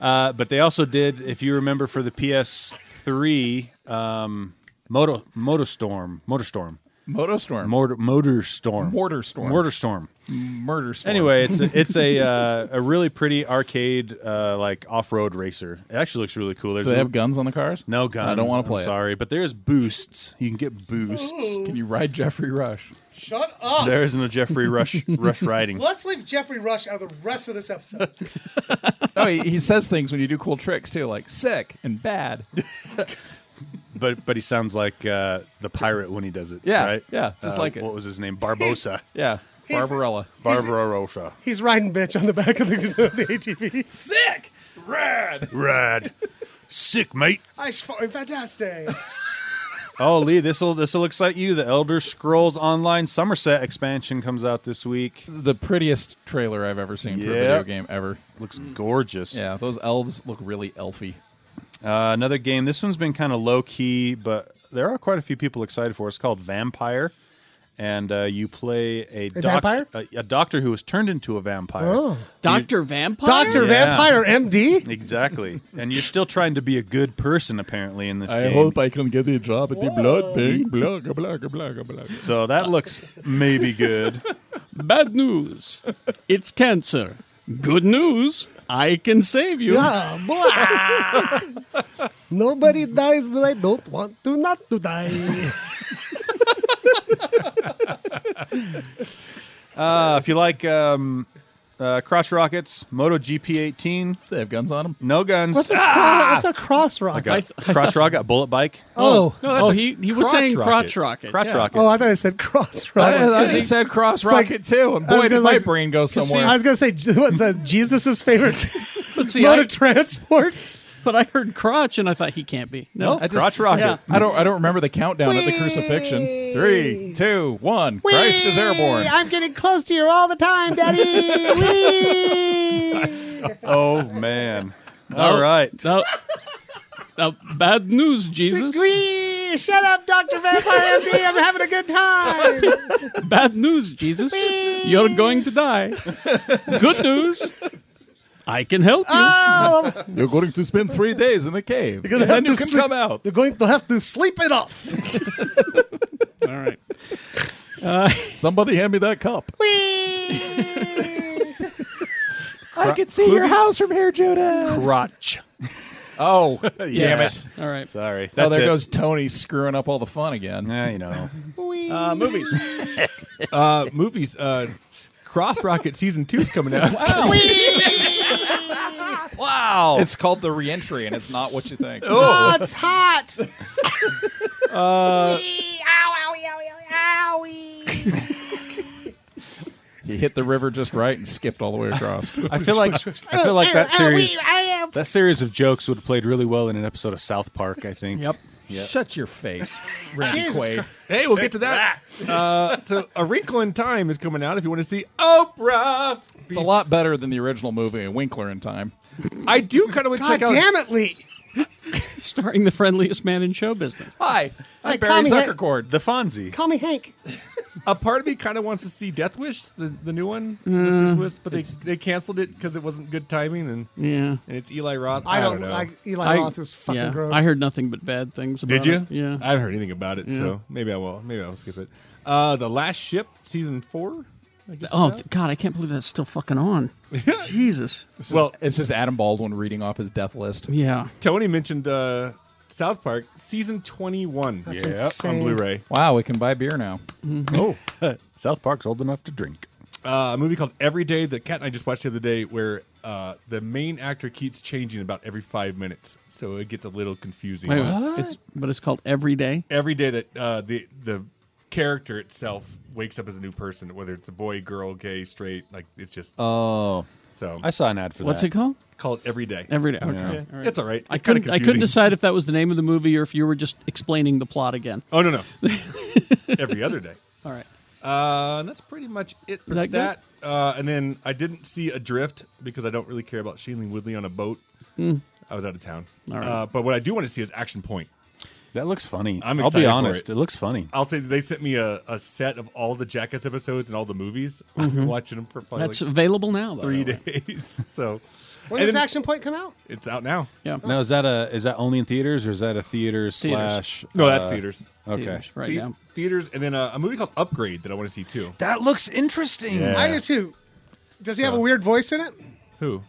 F: Uh, but they also did, if you remember, for the PS3, um, Moto Motostorm, Motorstorm,
D: Motostorm.
F: Motor Motor Storm,
D: Mortar storm.
F: Mortar Storm.
D: Murder storm.
F: Anyway, it's a, it's a uh, a really pretty arcade uh, like off road racer. It actually looks really cool. There's
D: Do they
F: a-
D: have guns on the cars?
F: No guns.
D: I don't want
F: I'm
D: to play. it.
F: Sorry, but there is boosts. You can get boosts.
D: Can you ride Jeffrey Rush?
G: Shut up.
F: There is no Jeffrey Rush Rush riding.
G: Let's leave Jeffrey Rush out of the rest of this episode.
D: No, Oh, he, he says things when you do cool tricks too, like sick and bad.
F: But but he sounds like uh, the pirate when he does it.
D: Yeah,
F: right?
D: yeah, just
F: Uh,
D: like it.
F: What was his name? Barbosa.
D: Yeah,
G: He's-
D: Barbarella.
F: Barbarossa.
G: He's riding bitch on the back of the, the ATV.
D: Sick. Rad.
F: Rad. Sick mate.
G: Ice far- fantastic.
F: Oh, Lee, this will this looks like you. The Elder Scrolls Online Somerset expansion comes out this week.
D: The prettiest trailer I've ever seen for a
F: Yeah.
D: video game ever.
F: Looks gorgeous.
D: Mm. Yeah, those elves look really elfy.
F: Uh, another game. This one's been kind of low key, but there are quite a few people excited for. it. It's called Vampire, and uh, you play a, doc-
G: vampire?
F: a, a doctor who was turned into a vampire.
G: Oh.
B: Doctor Vampire.
G: Dr.
F: Yeah.
G: Vampire MD?
F: Exactly, and you're still trying to be a good person apparently in this
D: I
F: game.
D: hope I can get a job at the blood bank.
E: Blah, blah, blah, blah.
F: so that looks maybe good.
B: Bad news. It's cancer. Good news. I can save you.
G: Yeah, blah. Nobody dies that I don't want to not to die.
F: Uh, if you like um, uh, crotch rockets, Moto GP18,
D: They have guns on them.
F: no guns.
G: What's a,
F: Ah!
G: cro- what's a cross rock?
F: Like a crotch rocket, a bullet bike.
G: oh.
B: No, that's a he- he was crotch saying rocket. crotch rocket,
F: Crotch
B: yeah.
F: rocket.
G: Oh, I thought I said cross rock.
D: I, I
B: Is he-
D: said cross
G: It's like-
D: rocket too, and
G: I was
D: boy, did
G: gonna
D: my
G: like-
D: brain go
G: I
D: somewhere.
G: was going to say, what's that? Jesus' favorite
B: But see,
G: Mode
B: I-
G: of transport.
B: But I heard crotch and I thought he can't be. No,
D: I just- I don't. I don't remember the countdown at the crucifixion. Three, two, one. Christ is airborne.
I: I'm getting close to you all the time, Daddy. Whee!
F: oh man!
B: No,
F: All
I: Oh.
F: right.
B: No, no, Uh, bad news, Jesus.
I: Whee! Shut up, Dr. Vampire MD. I'm having a good time.
B: Bad news, Jesus. You're going to die. Good news. I can help you.
I: Oh,
D: You're going to spend three days in the cave.
B: You're gonna
D: and
B: have
D: you
B: to
D: can
B: sleep-
D: come out.
G: They're going to have to sleep it off.
B: All right.
D: Somebody hand me that cup.
I: I
D: can see your house from here, Judas.
F: Crotch.
D: Oh, damn
F: Yes.
D: it.
B: All right.
F: Sorry.
D: oh,
F: That's
D: there
F: it.
D: goes Tony screwing up all the fun again.
F: Yeah, you know.
B: Uh, movies.
E: uh, movies. Uh, Cross Rocket season two is coming out.
D: Wow. It's called The Reentry, and it's not what you think.
I: oh, it's hot. Whee!
D: Uh,
I: Ow, owie, owie, owie, owie.
D: he hit the river just right and skipped all the way across.
F: I feel like I feel like that
I: Oh, oh, wee,
F: series
I: I am-
F: that series of jokes would have played really well in an episode of South Park. I think.
D: Yep.
F: Yep.
D: Shut your face, Randy
E: Jesus
D: Quaid.
E: Christ. Hey, we'll get to that. uh, so, A Wrinkle in Time is coming out. If you want to see Oprah,
D: It's a lot better than the original movie, Winkler in Time.
E: I do kind of want to
G: God
E: check out.
G: damn it, Lee.
B: Starring the friendliest man in show business.
D: Hi,
G: I'm Hi, Barry call me Hank.
D: Zuckercord.
F: The Fonzie.
G: Call me Hank.
E: A part of me kind of wants to see Death Wish, the, the new one, with
B: Mm.
E: Bruce Willis, but they, they canceled it because it wasn't good timing. And
B: Yeah.
E: and it's Eli Roth.
G: I
E: I don't,
G: don't
E: know.
G: like Eli Roth is fucking
B: yeah,
G: gross.
B: I heard nothing but bad things about
E: Did you?
B: it. Yeah.
E: I haven't heard anything about it,
B: Yeah.
E: so maybe I will. Maybe I will skip it. Uh, the Last Ship, season four. I guess
B: Oh
E: it's out.
B: th- God! I can't believe that's still fucking on. Jesus.
D: well, it's just Adam Baldwin reading off his death list.
B: Yeah.
E: Tony mentioned uh, South Park, season twenty-one.
G: That's
E: yeah, on
G: insane.
E: Blu-ray.
D: Wow, we can buy beer now.
E: Oh,
F: South Park's old enough to drink.
E: Uh, a movie called Every Day that Kat and I just watched the other day, where uh, the main actor keeps changing about every five minutes, so it gets a little confusing.
B: Wait, It's, but it's called Every Day.
E: every day that uh, the the character itself wakes up as a new person, whether it's a boy, girl, gay, straight, like it's just
F: Oh.
E: So
F: I saw an ad for
B: What's
F: that.
B: it called?
E: called Every Day.
B: Every Day. Okay.
E: Yeah.
B: All right.
E: It's all right.
B: I
E: It's kinda
B: couldn't. I couldn't
E: confusing.
B: decide if that was the name of the movie or if you were just explaining the plot again.
E: Oh no no. every other day.
B: All right.
E: Uh, and that's pretty much it for
B: that
E: that.
B: good?
E: Uh, and then I didn't see Adrift because I don't really care about Shailene Woodley on a boat.
B: Hmm.
E: I was out of town.
F: All right.
E: Uh, but what I do want to see is Action Point.
F: That looks funny.
E: I'm
F: I'll
E: excited
F: be
E: for
F: honest.
E: it.
F: looks funny.
E: I'll say they sent me a, a set of all the Jackass episodes and all the movies. I've
B: Mhm.
E: been watching them for probably
B: That's
E: like
B: available now, by
E: Three
B: the
E: days. So
G: When
E: And
G: does
E: then-
G: Action Point come out?
E: It's out now.
B: Yeah.
F: Now is that a is that only in theaters or is that a theater slash?
E: No, that's
F: uh,
E: theaters.
F: Okay.
E: The- Theaters, and then uh, a movie called Upgrade that I want to see too.
F: That looks interesting.
G: I do too. Does he have a weird voice in it?
E: Who?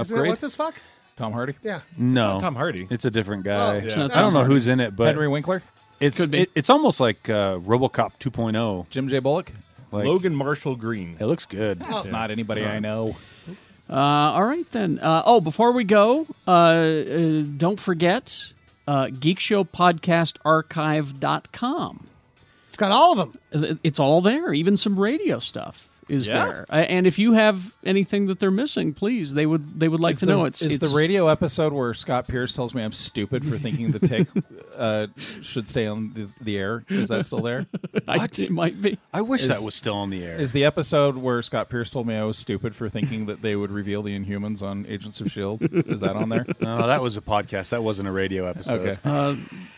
G: Is it
F: Upgrade?
G: what's his fuck?
D: Tom Hardy.
G: Yeah.
F: No,
E: It's not Tom Hardy.
F: It's a different guy.
D: It's not
F: I don't
D: Tom
F: know
D: Hardy.
F: who's in it, but
D: Henry Winkler,
F: It's
D: Could be.
F: it- it's almost like uh, RoboCop oh. 2.0.
D: Jim J. Bullock.
F: Like,
E: Logan Marshall Green.
F: It looks good.
D: That's not anybody I know.
B: Uh, all right then. Uh, oh, before we go, uh, uh, don't forget uh, geekshowpodcastarchive.com.
G: It's got all of
B: them. It's all there. Even some radio stuff is
D: Yeah.
B: there. Uh, and if you have anything that they're missing, please they would they would like
D: Is
B: to
D: the-
B: know. It's
D: is
B: it's
D: the radio episode where Scott Pierce tells me I'm stupid for thinking the tick uh, should stay on the, the air. Is that still there?
B: I, it might be.
F: I wish
D: Is-
F: that was still on the air.
D: Is the episode where Scott Pierce told me I was stupid for thinking that they would reveal the Inhumans on Agents of Shield? E Is that on there?
F: no, no, Oh, that was a podcast. That wasn't a radio episode.
D: Okay.
B: Uh,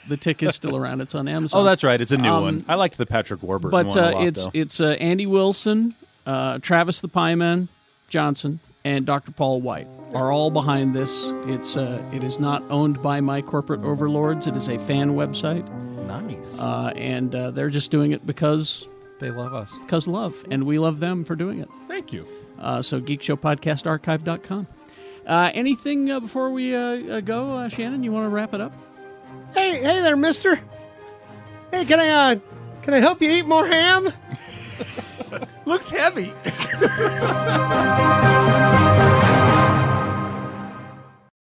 B: the tick is still around. It's on Amazon.
F: Oh, that's right. It's a new
B: Um,
F: one. I liked the Patrick Warburton
B: But
F: one a
B: uh,
F: lot,
B: it's
F: though.
B: it's uh, Andy Wilson, uh, Travis the Pieman Johnson, and Dr. Paul White are all behind this. It's uh, it is not owned by my corporate overlords. It is a fan website.
D: Nice.
B: Uh, and uh, they're just doing it because
D: they love us.
B: Because love, and we love them for doing it.
E: Thank you.
B: Uh, so geekshowpodcastarchive.com. Uh, anything uh, before we uh, uh, go, uh, Shannon? You want to wrap it up?
G: Hey, hey there, Mister. Hey, can I uh, can I help you eat more ham?
E: Looks heavy.